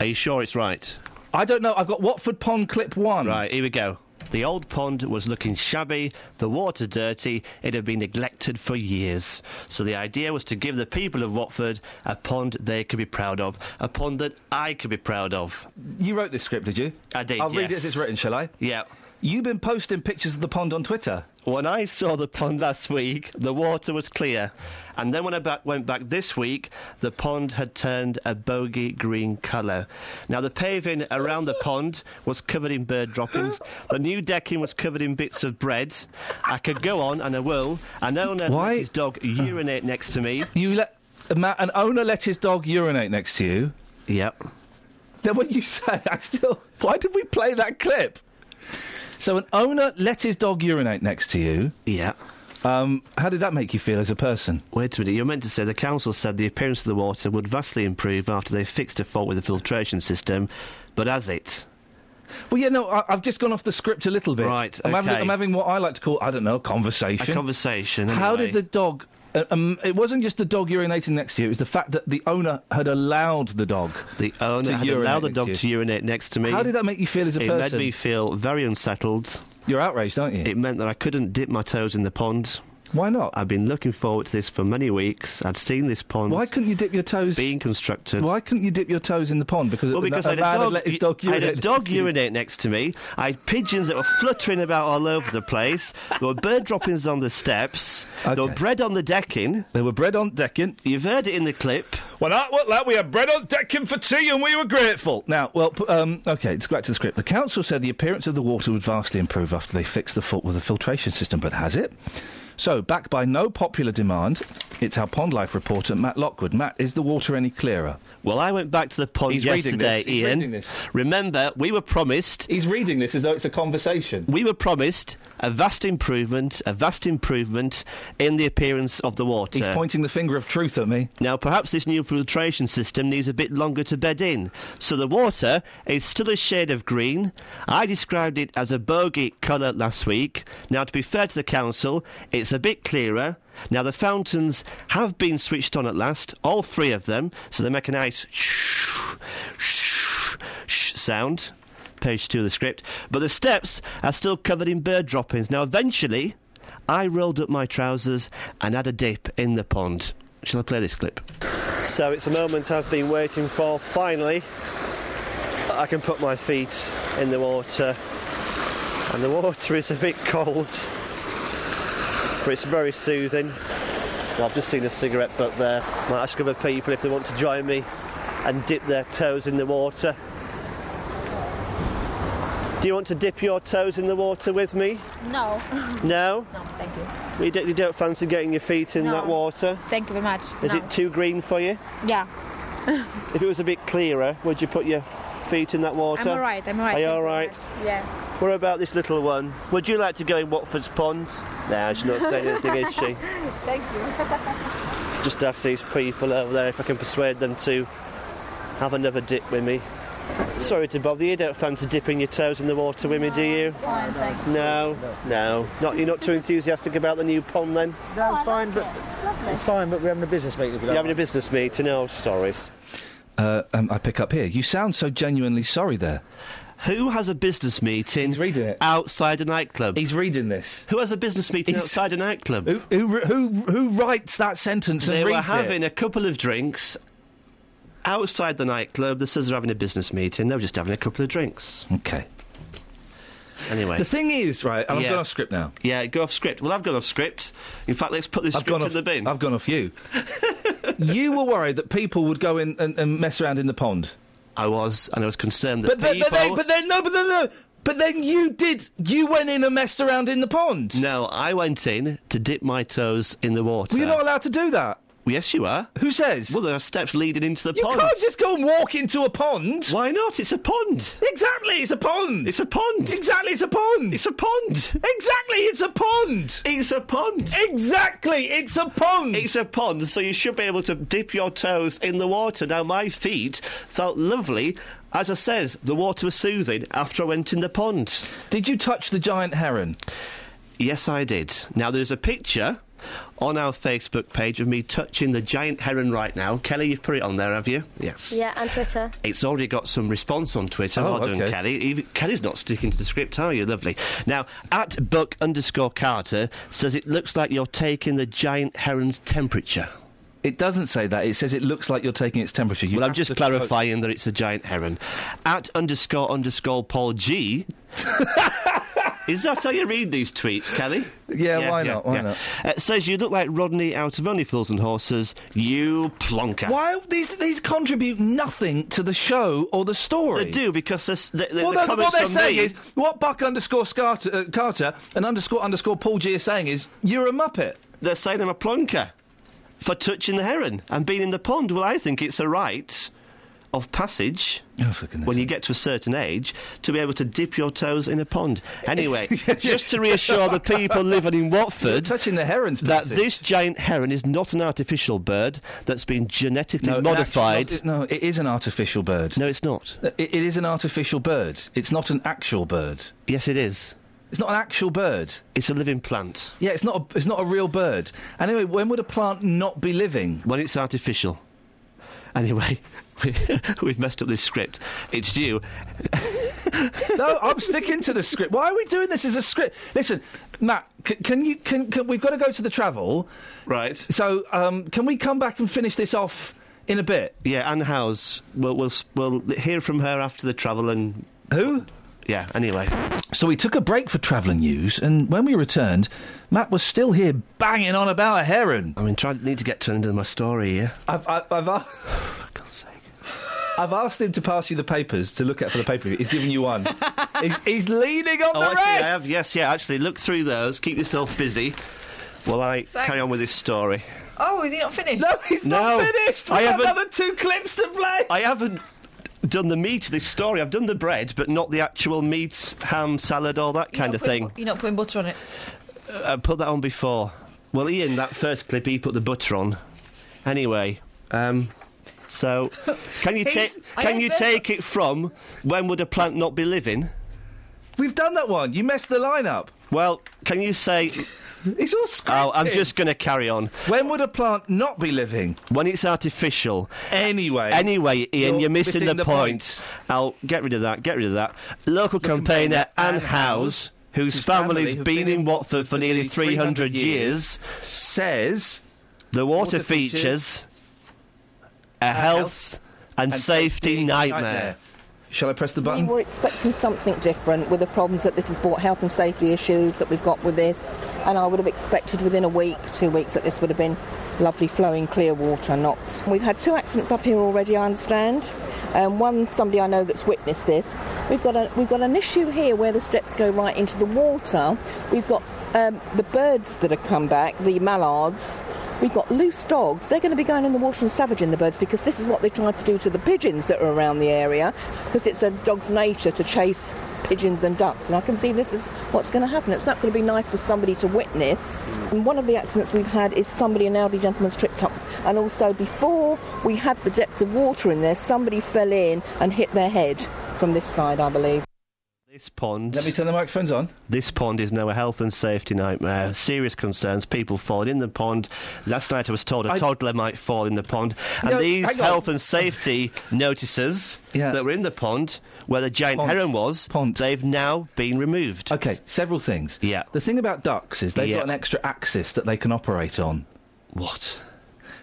Speaker 14: Are you sure it's right?
Speaker 2: I don't know. I've got Watford Pond clip one.
Speaker 14: Right, here we go. The old pond was looking shabby, the water dirty, it had been neglected for years. So the idea was to give the people of Watford a pond they could be proud of, a pond that I could be proud of.
Speaker 2: You wrote this script, did you?
Speaker 14: I did,
Speaker 2: I'll read it
Speaker 14: yes.
Speaker 2: as it's written, shall I?
Speaker 14: Yeah.
Speaker 2: You've been posting pictures of the pond on Twitter.
Speaker 14: When I saw the pond last week, the water was clear. And then when I back, went back this week, the pond had turned a bogey green colour. Now, the paving around the pond was covered in bird droppings. The new decking was covered in bits of bread. I could go on, and I will. An owner let his dog urinate next to me.
Speaker 2: You let Matt, an owner let his dog urinate next to you.
Speaker 14: Yep.
Speaker 2: Then when you say, I still. Why did we play that clip? So an owner let his dog urinate next to you.
Speaker 14: Yeah.
Speaker 2: Um, how did that make you feel as a person?
Speaker 14: Wait a minute, you're meant to say the council said the appearance of the water would vastly improve after they fixed a fault with the filtration system, but has it?
Speaker 2: Well, yeah, no, I, I've just gone off the script a little bit.
Speaker 14: Right,
Speaker 2: I'm, having,
Speaker 14: okay.
Speaker 2: I'm having what I like to call, I don't know, conversation.
Speaker 14: A conversation.
Speaker 2: How
Speaker 14: anyway.
Speaker 2: did the dog? uh, Um, it wasn't just the dog urinating next to you. It was the fact that the owner had allowed the dog.
Speaker 14: The owner
Speaker 2: to
Speaker 14: had
Speaker 2: urinate
Speaker 14: allowed the
Speaker 2: next
Speaker 14: dog
Speaker 2: to you.
Speaker 14: to urinate next to me.
Speaker 2: How did that make you feel as a
Speaker 14: it
Speaker 2: person?
Speaker 14: made me feel very unsettled.
Speaker 2: You're outraged, aren't you?
Speaker 14: It meant that I couldn't dip my toes in the pond.
Speaker 2: Why not?
Speaker 14: I've been looking forward to this for many weeks. I'd seen this pond
Speaker 2: Why couldn't you dip your toes?
Speaker 14: being constructed.
Speaker 2: Why couldn't you dip your toes in the pond? Because,
Speaker 14: Well, because
Speaker 2: a
Speaker 14: I had a
Speaker 2: man
Speaker 14: dog,
Speaker 2: let his dog
Speaker 14: I had
Speaker 2: urinate.
Speaker 14: a dog
Speaker 2: next to you.
Speaker 14: urinate next to me. I had pigeons that were fluttering about all over the place. There were bird droppings on the steps. There were bread on the decking.
Speaker 2: There were bread on decking.
Speaker 14: You've heard it in the clip.
Speaker 2: Well, that was that. We had bread on decking for tea, and we were grateful. Now, well, p- um, okay, let's go back to the script. The council said the appearance of the water would vastly improve after they fixed the fault with the filtration system, but has it? So, backed by no popular demand, it's our pond life reporter Matt Lockwood. Matt, is the water any clearer?
Speaker 14: Well, I went back to the pond
Speaker 2: He's reading
Speaker 14: yesterday,
Speaker 2: this. He's
Speaker 14: Ian.
Speaker 2: reading this.
Speaker 14: Remember, we were promised
Speaker 2: He's reading this as though it's a conversation.
Speaker 14: we were promised a vast improvement, a vast improvement in the appearance of the water.
Speaker 2: He's pointing the finger of truth at me.
Speaker 14: now, perhaps this new filtration system needs a bit longer to bed in. So the water is still a shade of green. I described it as a bogey colour last week. Now, to be fair to the council, it's a bit clearer. Now, the fountains have been switched on at last, all three of them, so they make a nice sound page two of the script. But the steps are still covered in bird droppings. Now, eventually, I rolled up my trousers and had a dip in the pond. Shall I play this clip? So it's a moment I've been waiting for. Finally, I can put my feet in the water. And the water is a bit cold, but it's very soothing. Well, I've just seen a cigarette butt there. Might ask other people if they want to join me and dip their toes in the water. Do you want to dip your toes in the water with me?
Speaker 15: No.
Speaker 14: No?
Speaker 15: No, thank you.
Speaker 14: You don't, you don't fancy getting your feet in
Speaker 15: No.
Speaker 14: that water?
Speaker 15: Thank you very much.
Speaker 14: Is
Speaker 15: no.
Speaker 14: it too green for you?
Speaker 15: Yeah.
Speaker 14: If it was a bit clearer, would you put your feet in that water?
Speaker 15: I'm alright. I'm alright.
Speaker 14: Are you
Speaker 15: thank very
Speaker 14: alright?
Speaker 15: much. Yeah.
Speaker 14: What about this little one? Would you like to go in Watford's pond? No, she's not saying anything, is she?
Speaker 15: Thank you.
Speaker 14: Just ask these people over there if I can persuade them to have another dip with me. Sorry to bother you. Don't fancy dipping your toes in the water with me, do you?
Speaker 15: Fine, thank you.
Speaker 14: No, no. Not you're not too enthusiastic about the new pond, then?
Speaker 15: No, fine, but
Speaker 14: It's fine, but we're having a business meeting. You're having a business meeting. Oh, sorry.
Speaker 2: Uh, um, I pick up here. You sound so genuinely sorry there.
Speaker 14: Who has a business meeting? He's
Speaker 2: reading it
Speaker 14: outside a nightclub.
Speaker 2: He's reading this.
Speaker 14: Who has a business meeting outside a nightclub?
Speaker 2: Who who who, who writes that sentence and
Speaker 14: They were
Speaker 2: reads
Speaker 14: having
Speaker 2: it?
Speaker 14: a couple of drinks outside the nightclub. The says they're having a business meeting. They were just having a couple of drinks.
Speaker 2: Okay.
Speaker 14: Anyway,
Speaker 2: The thing is, right? Uh, and I've
Speaker 14: Yeah.
Speaker 2: gone off script now.
Speaker 14: Yeah, go off script. Well, I've gone off script. In fact, let's put this
Speaker 2: I've
Speaker 14: script
Speaker 2: gone
Speaker 14: in
Speaker 2: off.
Speaker 14: the bin.
Speaker 2: I've gone off you. you were worried that people would go in and, and mess around in the pond.
Speaker 14: I was, and I was concerned that
Speaker 2: But then,
Speaker 14: people.
Speaker 2: but, then, but then no, but then no. But then you did. You went in and messed around in the pond.
Speaker 14: No, I went in to dip my toes in the water.
Speaker 2: Well, you're not allowed to do that.
Speaker 14: Yes, you are.
Speaker 2: Who says?
Speaker 14: Well, there are steps leading into the
Speaker 2: You
Speaker 14: pond.
Speaker 2: can't just go and walk into a pond.
Speaker 14: Why not? It's a pond.
Speaker 2: Exactly, it's a pond.
Speaker 14: It's a pond.
Speaker 2: Exactly, it's a pond.
Speaker 14: It's a pond.
Speaker 2: Exactly, it's a pond.
Speaker 14: It's a pond.
Speaker 2: Exactly, it's a pond.
Speaker 14: It's a pond, so you should be able to dip your toes in the water. Now, my feet felt lovely. As I says, the water was soothing after I went in the pond.
Speaker 2: Did you touch the giant heron?
Speaker 14: Yes, I did. Now, there's a picture on our Facebook page of me touching the giant heron right now. Kelly, you've put it on there, have you? Yes.
Speaker 3: Yeah, and Twitter.
Speaker 14: It's already got some response on Twitter.
Speaker 2: Oh,
Speaker 14: well done,
Speaker 2: okay.
Speaker 14: Kelly. Even, Kelly's not sticking to the script, are you? Lovely. Now, at Buck underscore Carter says it looks like you're taking the giant heron's temperature.
Speaker 2: It doesn't say that. It says it looks like you're taking its temperature. You
Speaker 14: well, I'm
Speaker 2: have
Speaker 14: just
Speaker 2: to-
Speaker 14: clarifying that it's a giant heron. At underscore underscore Paul G. Is that how you read these tweets, Kelly?
Speaker 2: Yeah, why not? Why not?
Speaker 14: Uh, It says you look like Rodney out of Only Fools and Horses. You plonker.
Speaker 2: Why these these contribute nothing to the show or the story?
Speaker 14: They do because there's- the, the,
Speaker 2: Well,
Speaker 14: the
Speaker 2: no, what
Speaker 14: comments
Speaker 2: they're
Speaker 14: on
Speaker 2: saying
Speaker 14: me-
Speaker 2: is what Buck underscore Scarter, uh, Carter and underscore underscore Paul G are saying is you're a muppet.
Speaker 14: they're saying I'm a plonker for touching the heron and being in the pond. Well, I think it's a right of passage.
Speaker 2: Oh,
Speaker 14: when you get to a certain age, to be able to dip your toes in a pond. Anyway, just to reassure the people living in Watford,
Speaker 2: touching the herons.
Speaker 14: that
Speaker 2: passage.
Speaker 14: this giant heron is not an artificial bird that's been genetically
Speaker 2: No,
Speaker 14: modified.
Speaker 2: natu- no, it is an artificial bird.
Speaker 14: No, it's not.
Speaker 2: It, it is an artificial bird. It's not an actual bird.
Speaker 14: Yes, it is.
Speaker 2: It's not an actual bird.
Speaker 14: It's a living plant
Speaker 2: Yeah, it's not. A, it's not a real bird. Anyway, when would a plant not be living?
Speaker 14: when it's artificial. Anyway, we, we've messed up this script. It's you.
Speaker 2: no, I'm sticking to the script. Why are we doing this as a script? Listen, Matt, c- can you can, can we've got to go to the travel,
Speaker 14: right?
Speaker 2: So um, can we come back and finish this off in a bit?
Speaker 14: Yeah, Anne House. We'll, we'll, we'll hear from her after the travel and.
Speaker 2: Who?
Speaker 14: Yeah, anyway.
Speaker 2: So we took a break for travel and news, and when we returned, Matt was still here banging on about a heron.
Speaker 14: I mean, try, need to get to the end of my story here.
Speaker 2: I've, I've, I've, a- I've asked him to pass you the papers to look at for the paper. He's given you one. he's, he's leaning on
Speaker 14: Oh,
Speaker 2: the
Speaker 14: actually,
Speaker 2: rest.
Speaker 14: I have. Yes, yeah, actually, look through those. Keep yourself busy while I carry on with this story.
Speaker 4: Oh, is he not finished?
Speaker 2: No, he's
Speaker 14: No,
Speaker 2: not finished.
Speaker 14: I
Speaker 2: We have
Speaker 14: haven't-
Speaker 2: another two clips to play.
Speaker 14: I haven't done the meat of this story. I've done the bread, but not the actual meat, ham, salad, all that kind of thing.
Speaker 4: You're not putting butter on it.
Speaker 14: I put that on before. Well, Ian, that first clip, he put the butter on. Anyway, um, so can you take
Speaker 2: He's- I
Speaker 14: can
Speaker 2: am
Speaker 14: you
Speaker 2: very-
Speaker 14: take it from when would a plant not be living?
Speaker 2: We've done that one. You messed the line up.
Speaker 14: Well, can you say?
Speaker 2: It's all scripted.
Speaker 14: Oh, I'm just going to carry on.
Speaker 2: When would a plant not be living?
Speaker 14: When it's artificial.
Speaker 2: Anyway.
Speaker 14: Anyway, Ian,
Speaker 2: You're
Speaker 14: you're, missing,
Speaker 2: missing
Speaker 14: the,
Speaker 2: the
Speaker 14: point. I'll get rid of that. Get rid of that. Local campaigner Anne Howes, whose family's
Speaker 2: family have
Speaker 14: been in Watford for nearly 300 years,
Speaker 2: says
Speaker 14: the water,
Speaker 2: water features
Speaker 14: features, a health and, safety, nightmare.
Speaker 2: Shall I press the
Speaker 16: We
Speaker 2: button?
Speaker 16: were expecting something different with the problems that this has brought, health and safety issues that we've got with this, and I would have expected within a week, two weeks, that this would have been lovely flowing clear water, not. We've had two accidents up here already, I understand. Um, one, somebody I know that's witnessed this. We've got a, we've got an issue here where the steps go right into the water. We've got um, the birds that have come back, the mallards. We've got loose dogs. They're going to be going in the water and savaging the birds because this is what they tried to do to the pigeons that are around the area because it's a dog's nature to chase pigeons and ducks, and I can see this is what's going to happen. It's not going to be nice for somebody to witness. And one of the accidents we've had is somebody, an elderly gentleman's tripped up, and also before we had the depth of water in there, somebody fell in and hit their head from this side, I believe.
Speaker 14: This pond.
Speaker 2: Let me turn the microphones on.
Speaker 14: This pond is now a health and safety nightmare. Serious concerns. People falling in the pond. Last night I was told a
Speaker 2: I-
Speaker 14: toddler might fall in the pond. And
Speaker 2: No,
Speaker 14: these
Speaker 2: hang on.
Speaker 14: health and safety notices that were in the pond where the giant heron was, they've now been removed.
Speaker 2: Okay, several things. Yeah. The thing about ducks is they've
Speaker 14: Yeah.
Speaker 2: got an extra axis that they can operate on.
Speaker 14: What?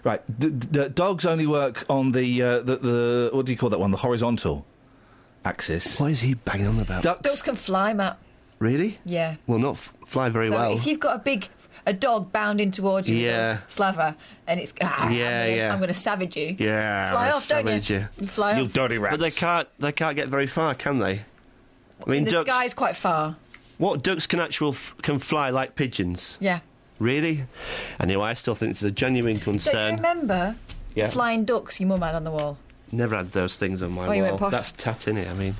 Speaker 2: Right. D- d- dogs only work on the, uh, the the what do you call that one? The horizontal axis.
Speaker 14: What is he banging on about?
Speaker 2: Ducks.
Speaker 17: Dogs can fly, Matt.
Speaker 14: Really?
Speaker 17: Yeah.
Speaker 14: Well, not f- fly very
Speaker 17: so
Speaker 14: well.
Speaker 17: if you've got a big a dog bounding towards you, with a
Speaker 14: Yeah.
Speaker 17: slaver, and it's ah,
Speaker 14: Yeah,
Speaker 17: I'm gonna,
Speaker 14: yeah.
Speaker 17: I'm going to savage you.
Speaker 14: Yeah,
Speaker 17: fly
Speaker 14: that's
Speaker 17: off, don't
Speaker 14: savage,
Speaker 17: you?
Speaker 14: yeah.
Speaker 17: You fly off.
Speaker 2: dirty
Speaker 14: But they can't. They can't get very far, can they? I mean,
Speaker 17: the
Speaker 14: ducks.
Speaker 17: sky's quite far.
Speaker 14: What ducks can actual f- can fly like pigeons?
Speaker 17: Yeah.
Speaker 14: Really? Anyway, I still think this is a genuine
Speaker 17: Don't you
Speaker 14: concern.
Speaker 17: remember
Speaker 14: Yeah.
Speaker 17: flying ducks your mum had on the wall?
Speaker 14: Never had those things on my
Speaker 17: Oh, you went posh.
Speaker 14: wall. That's tat in it. I mean,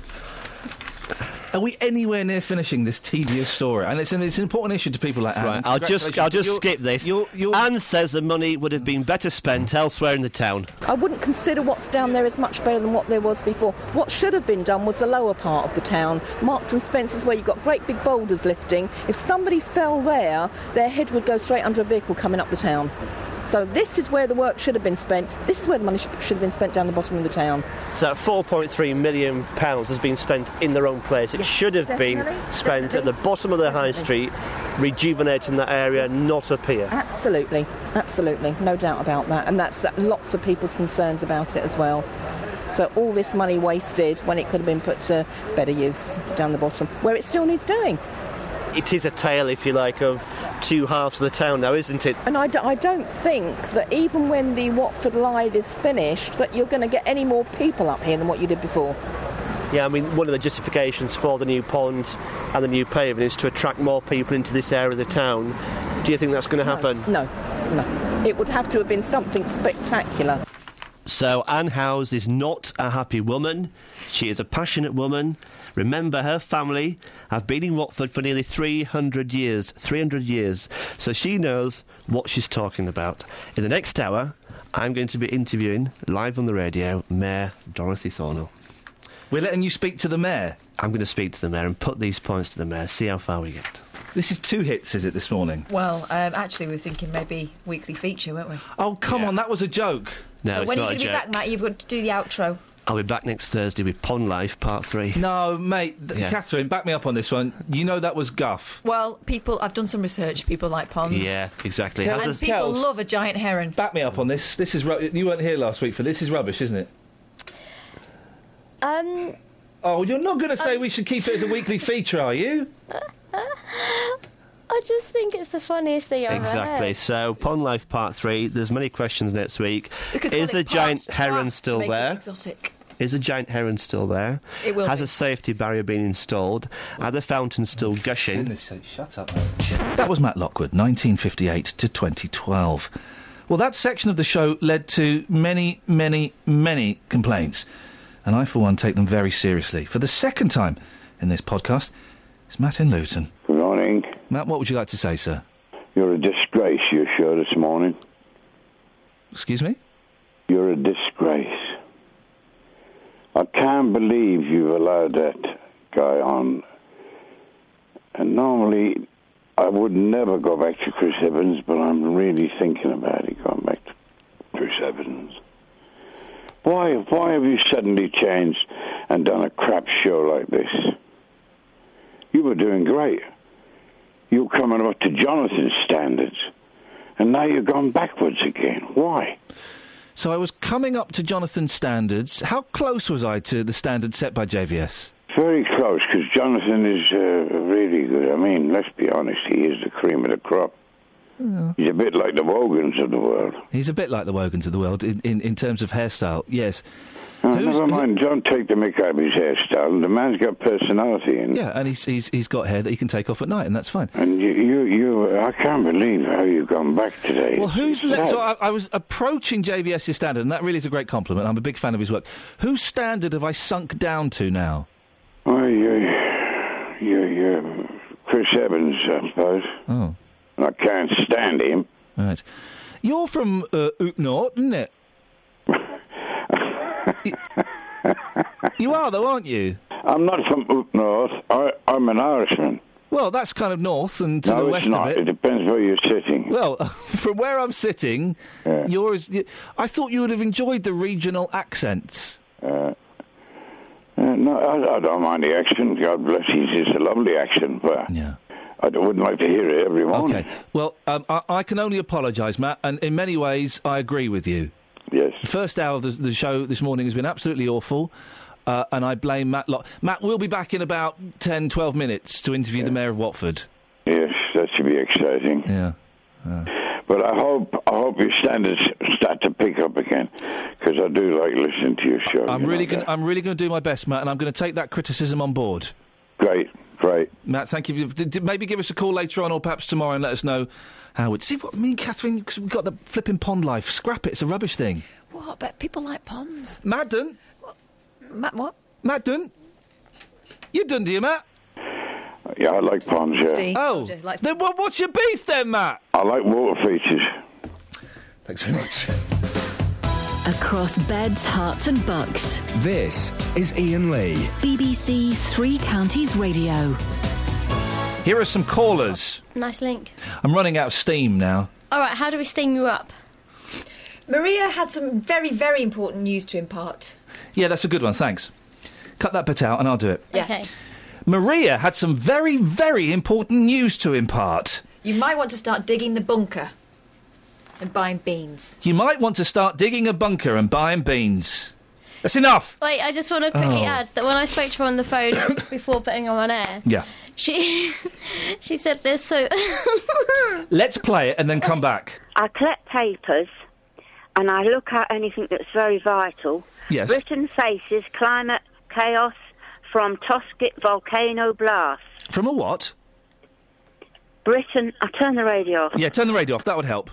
Speaker 2: Are we anywhere near finishing this tedious story? And it's an, it's an important issue to people like Anne.
Speaker 14: right. I'll just I'll just skip this. Anne says the money would have been better spent elsewhere in the town.
Speaker 16: I wouldn't consider what's down there as much better than what there was before. What should have been done was the lower part of the town, Marks and Spencer's, where you've got great big boulders lifting. If somebody fell there, their head would go straight under a vehicle coming up the town. So this is where the work should have been spent. This is where the money sh- should have been spent down the bottom of the town.
Speaker 14: So that 4.3 million pounds has been spent in the wrong place. It should have been
Speaker 16: definitely,
Speaker 14: spent at the bottom of the high street, rejuvenating that area, not up here.
Speaker 16: Absolutely, absolutely, no doubt about that. And that's uh, lots of people's concerns about it as well. So all this money wasted when it could have been put to better use down the bottom, where it still needs doing.
Speaker 17: Uh.
Speaker 14: It is a tale, if you like, of two halves of the town now, isn't it?
Speaker 16: And I, d- I don't think that even when the Watford Live is finished, that you're going to get any more people up here than what you did before.
Speaker 14: Yeah, I mean, one of the justifications for the new pond and the new pavement is to attract more people into this area of the town. Do you think that's going to happen?
Speaker 16: No, no. It would have to have been something spectacular.
Speaker 14: So Anne Howes is not a happy woman. She is a passionate woman. Remember, her family have been in Watford for nearly 300 years. 300 years. So she knows what she's talking about. In the next hour, I'm going to be interviewing, live on the radio, Mayor Dorothy Thornall.
Speaker 2: We're letting you speak to the mayor.
Speaker 14: I'm going to speak to the mayor and put these points to the mayor, see how far we get.
Speaker 2: This is two hits, is it, this morning?
Speaker 17: Well, um, actually, we were thinking maybe weekly feature, weren't we?
Speaker 2: Oh, come on, that was a joke.
Speaker 14: No,
Speaker 17: so
Speaker 14: it's
Speaker 17: when
Speaker 14: not
Speaker 17: are
Speaker 14: a
Speaker 17: you to
Speaker 14: joke.
Speaker 17: be back, Matt? You've got to do the outro.
Speaker 14: I'll be back next Thursday with Pond Life Part 3.
Speaker 2: No, mate, th-
Speaker 14: Yeah.
Speaker 2: Catherine, back me up on this one. You know that was guff.
Speaker 17: Well, people, I've done some research. People like ponds.
Speaker 14: Yeah, exactly.
Speaker 2: How's
Speaker 17: And
Speaker 2: this-
Speaker 17: people
Speaker 2: Kels?
Speaker 17: love a giant heron.
Speaker 2: Back me up on this. This is ru- you weren't here last week for this. Is rubbish, isn't it?
Speaker 3: Um,
Speaker 2: Oh, you're not going to
Speaker 17: Um,
Speaker 2: say we should keep it as a weekly feature, are you?
Speaker 3: I just think it's the funniest thing I've
Speaker 14: Exactly.
Speaker 3: ever
Speaker 14: So, Pond Life Part 3, there's many questions next week.
Speaker 17: We could call
Speaker 14: Is
Speaker 17: it
Speaker 14: the giant
Speaker 17: part
Speaker 14: heron
Speaker 17: twat
Speaker 14: still
Speaker 17: to make it
Speaker 14: there?
Speaker 17: Exotic.
Speaker 14: Is the giant heron still there?
Speaker 17: It will
Speaker 14: Has
Speaker 17: be.
Speaker 14: a safety barrier been installed? Are the fountains still gushing?
Speaker 2: shut up, That was Matt Lockwood, 1958 to 2012. Well, that section of the show led to many, many, many complaints, and I, for one, take them very seriously. For the second time in this podcast, it's Matt in Luton.
Speaker 7: Good morning.
Speaker 2: Matt, what would you like to say, sir?
Speaker 7: You're a disgrace, your show this morning.
Speaker 2: Excuse me?
Speaker 7: You're a disgrace. I can't believe you've allowed that guy on. And normally, I would never go back to Chris Evans, but I'm really thinking about it, going back to Chris Evans. Why, why have you suddenly changed and done a crap show like this? You were doing great. You were coming up to Jonathan's standards, and now you've gone backwards again. Why?
Speaker 2: So I was coming up to Jonathan's standards. How close was I to the standard set by JVS?
Speaker 7: Very close, because Jonathan is uh, really good. I mean, let's be honest, he is the cream of the crop. He's a bit like the Wogans of the world.
Speaker 2: He's a bit like the Wogans of the world in, in, in terms of hairstyle, yes.
Speaker 7: Oh, never mind, don't take the mick out of his hairstyle. The man's got personality, and,
Speaker 2: Yeah, and he's, he's, he's got hair that he can take off at night, and that's fine.
Speaker 7: and you, you, you, I can't believe how you've gone back today.
Speaker 2: Well, who's
Speaker 7: It's
Speaker 2: le- so?
Speaker 7: sad.
Speaker 2: I, I was approaching JVS's standard, and that really is a great compliment. I'm a big fan of his work. Whose standard have I sunk down to now?
Speaker 7: Oy, oy. you, you, Chris Evans, I suppose.
Speaker 2: Oh.
Speaker 7: And I can't stand him.
Speaker 2: Right. You're from uh, Oopnort, isn't it? Y- you are, though, aren't you?
Speaker 7: I'm not from up north. I, I'm an Irishman.
Speaker 2: Well, that's kind of north and to
Speaker 7: no,
Speaker 2: the
Speaker 7: it's
Speaker 2: west
Speaker 7: not.
Speaker 2: of it.
Speaker 7: depends where you're sitting.
Speaker 2: Well, from where I'm sitting, you're. As, y- I thought you would have enjoyed the regional accents.
Speaker 7: Uh, uh, no, I, I don't mind the accent. God bless you. It's a lovely accent, but I d- wouldn't like to hear it every morning.
Speaker 2: Okay. Well, um, I, I can only apologise, Matt, and in many ways, I agree with you.
Speaker 7: Yes.
Speaker 2: The first hour of the, the show this morning has been absolutely awful, uh, and I blame Matt. Lo- Matt, we'll be back in about 10, 12 minutes to interview the Mayor of Watford.
Speaker 7: Yes, that should be exciting.
Speaker 2: Yeah.
Speaker 7: But I hope I hope your standards start to pick up again, because I do like listening to your show.
Speaker 2: I'm
Speaker 7: you
Speaker 2: really,
Speaker 7: know
Speaker 2: gonna, I'm really going to do my best, Matt, and I'm going to take that criticism on board.
Speaker 7: Great, great.
Speaker 2: Matt, thank you. D- d- maybe give us a call later on, or perhaps tomorrow, and let us know how it. See what me and Catherine? Because we've got the flipping pond life. Scrap it. It's a rubbish thing.
Speaker 17: What? But people like ponds.
Speaker 2: Madden.
Speaker 17: Matt, what?
Speaker 2: Matt Dunn, you done, do you, Matt?
Speaker 7: that. Yeah, I like ponds. Yeah.
Speaker 2: Oh, then what, what's your beef then, Matt?
Speaker 7: I like water features.
Speaker 2: Thanks very much.
Speaker 1: Across beds, hearts, and bucks.
Speaker 5: This is Ian Lee.
Speaker 1: BBC Three Counties Radio.
Speaker 2: Here are some callers.
Speaker 3: Nice link.
Speaker 2: I'm running out of steam now.
Speaker 3: All right, how do we steam you up?
Speaker 17: Maria had some very, very important news to impart.
Speaker 2: Yeah, that's a good one. Thanks. Cut that bit out, and I'll do it.
Speaker 17: Okay.
Speaker 2: Maria had some very, very important news to impart.
Speaker 17: You might want to start digging the bunker and buying beans.
Speaker 2: You might want to start digging a bunker and buying beans. That's enough.
Speaker 3: Wait, I just want to quickly
Speaker 2: Oh.
Speaker 3: add that when I spoke to her on the phone before putting her on air,
Speaker 2: Yeah.
Speaker 3: she she said this. So
Speaker 2: Let's play it and then come back.
Speaker 18: I collect papers and I look at anything that's very vital.
Speaker 2: Yes.
Speaker 18: Britain faces climate chaos from Tosket volcano blast.
Speaker 2: From a what?
Speaker 18: Britain, I turn the radio off.
Speaker 2: Yeah, turn the radio off. That would help.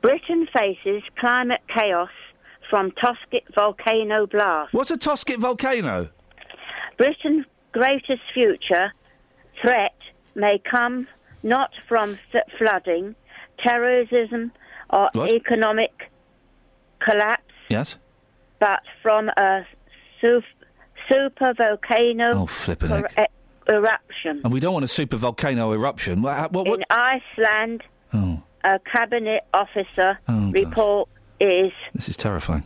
Speaker 18: Britain faces climate chaos from Tosket volcano blast.
Speaker 2: What's a Tosket volcano?
Speaker 18: Britain's greatest future threat may come not from f- flooding, terrorism, or
Speaker 2: What?
Speaker 18: economic collapse.
Speaker 2: Yes.
Speaker 18: but from a su- super volcano
Speaker 2: Oh, flippin' heck.
Speaker 18: er- eruption.
Speaker 2: And we don't want a super volcano eruption. What? what, what?
Speaker 18: In Iceland,
Speaker 2: Oh,
Speaker 18: a cabinet officer
Speaker 2: Oh, gosh.
Speaker 18: report is
Speaker 2: this is terrifying.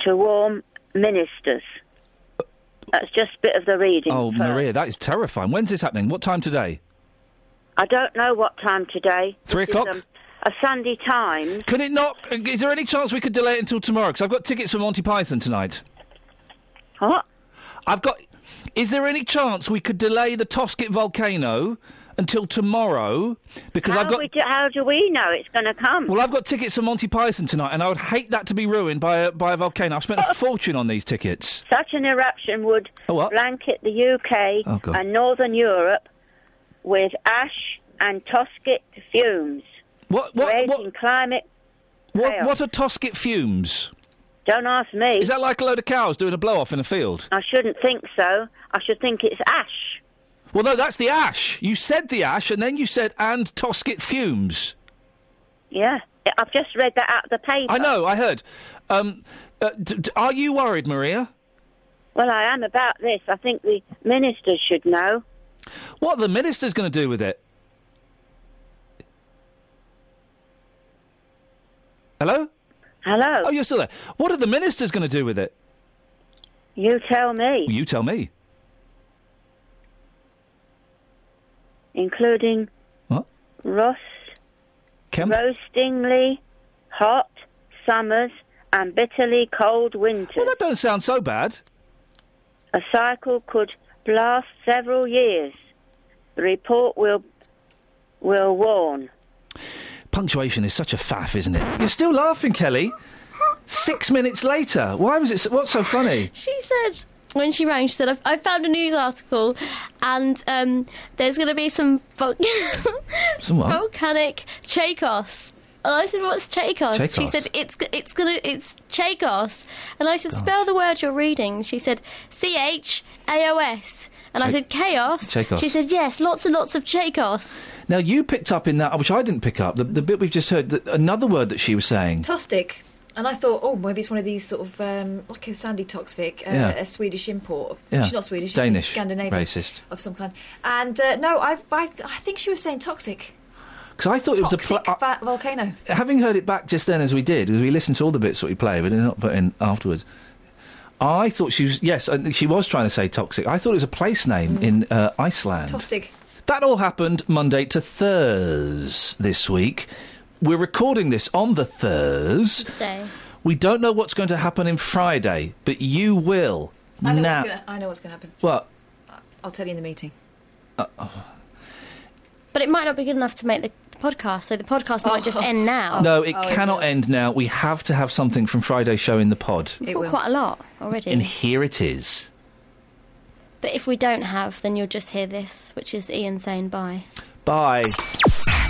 Speaker 18: to warn ministers. That's just a bit of the reading.
Speaker 2: Oh,
Speaker 18: first.
Speaker 2: Maria, that is terrifying. When's this happening? What time today?
Speaker 18: I don't know what time today.
Speaker 2: Three
Speaker 18: This is,
Speaker 2: o'clock?
Speaker 18: um, a Sunday Times.
Speaker 2: Can it not? uh, Is there any chance we could delay it until tomorrow? Because I've got tickets for Monty Python tonight.
Speaker 18: What?
Speaker 2: I've got. Is there any chance we could delay the Tosket volcano until tomorrow? Because
Speaker 18: how,
Speaker 2: I've got.
Speaker 18: we do, how do we know it's going to come?
Speaker 2: Well, I've got tickets for Monty Python tonight, and I would hate that to be ruined by a, by a volcano. I've spent a fortune on these tickets.
Speaker 18: Such an eruption would
Speaker 2: A what?
Speaker 18: blanket the UK
Speaker 2: Oh, God.
Speaker 18: and Northern Europe with ash and toxic fumes.
Speaker 2: What? What?
Speaker 18: Creating climate.
Speaker 2: What,
Speaker 18: chaos.
Speaker 2: what are Tosket fumes?
Speaker 18: Don't ask me.
Speaker 2: Is that like a load of cows doing a blow off in a field?
Speaker 18: I shouldn't think so. I should think it's ash.
Speaker 2: Well, no, that's the ash. You said the ash, and then you said and Tosket fumes.
Speaker 18: Yeah, I've just read that out of the paper.
Speaker 2: I know. I heard. Um, uh, d- d- are you worried, Maria?
Speaker 18: Well, I am about this. I think the ministers should know.
Speaker 2: What are the minister's going to do with it? Hello.
Speaker 18: Hello.
Speaker 2: Oh, you're still there. What are the ministers going to do with it?
Speaker 18: You tell me,
Speaker 2: Well, you tell me.
Speaker 18: including
Speaker 2: What?
Speaker 18: Ross,
Speaker 2: Kemp?
Speaker 18: roastingly hot summers and bitterly cold winters.
Speaker 2: Well, that don't sound so bad.
Speaker 18: A cycle could last several years. The report will will warn.
Speaker 2: Punctuation is such a faff, isn't it? You're still laughing, Kelly. Six minutes later. Why was it? So, what's so funny?
Speaker 3: she said when she rang, she said, "I've- "I found a news article, and um, there's going to be some vol-
Speaker 2: Some what?
Speaker 3: volcanic Chacos." And I said, "What's Chagos?" She
Speaker 2: Chagos.
Speaker 3: said, "It's g- it's gonna it's Chagos." And I said, "Spell the word you're reading." She said, "C H A O S." And I
Speaker 2: Cha-
Speaker 3: said, "Chaos."
Speaker 2: Chagos.
Speaker 3: She said, "Yes, lots and lots of Chagos."
Speaker 2: Now, you picked up in that, which I didn't pick up, the, the bit we've just heard, the, another word that she was saying.
Speaker 17: Tostic. And I thought, oh, maybe it's one of these sort of um, like a Sandy Toksvik, uh,
Speaker 2: Yeah.
Speaker 17: a Swedish import.
Speaker 2: Yeah.
Speaker 17: She's not Swedish,
Speaker 2: Danish.
Speaker 17: she's Scandinavian,
Speaker 2: Racist.
Speaker 17: of some kind. And uh, no, I, I, I think she was saying toxic.
Speaker 2: Because I thought it was a. Pl- I-
Speaker 17: Va- volcano.
Speaker 2: having heard it back just then as we did, because we listened to all the bits that we played, but did not put in afterwards. I thought she was yes, and she was trying to say toxic. I thought it was a place name
Speaker 17: Mm.
Speaker 2: in uh, Iceland.
Speaker 17: Tostig.
Speaker 2: That all happened Monday to Thurs this week. We're recording this on the Thurs.
Speaker 17: Thursday.
Speaker 2: We don't know what's going to happen in Friday, but you will
Speaker 17: I know,
Speaker 2: now.
Speaker 17: what's gonna, I know what's going to happen.
Speaker 2: What?
Speaker 17: I'll tell you in the meeting.
Speaker 2: Uh,
Speaker 3: But it might not be good enough to make the podcast, so the podcast might just end now.
Speaker 2: no, Oh, it cannot end now. We have to have something from Friday's show in the pod.
Speaker 3: We've got quite a lot already.
Speaker 2: And here it is.
Speaker 3: But if we don't have, then you'll just hear this, which is Ian saying bye.
Speaker 2: Bye.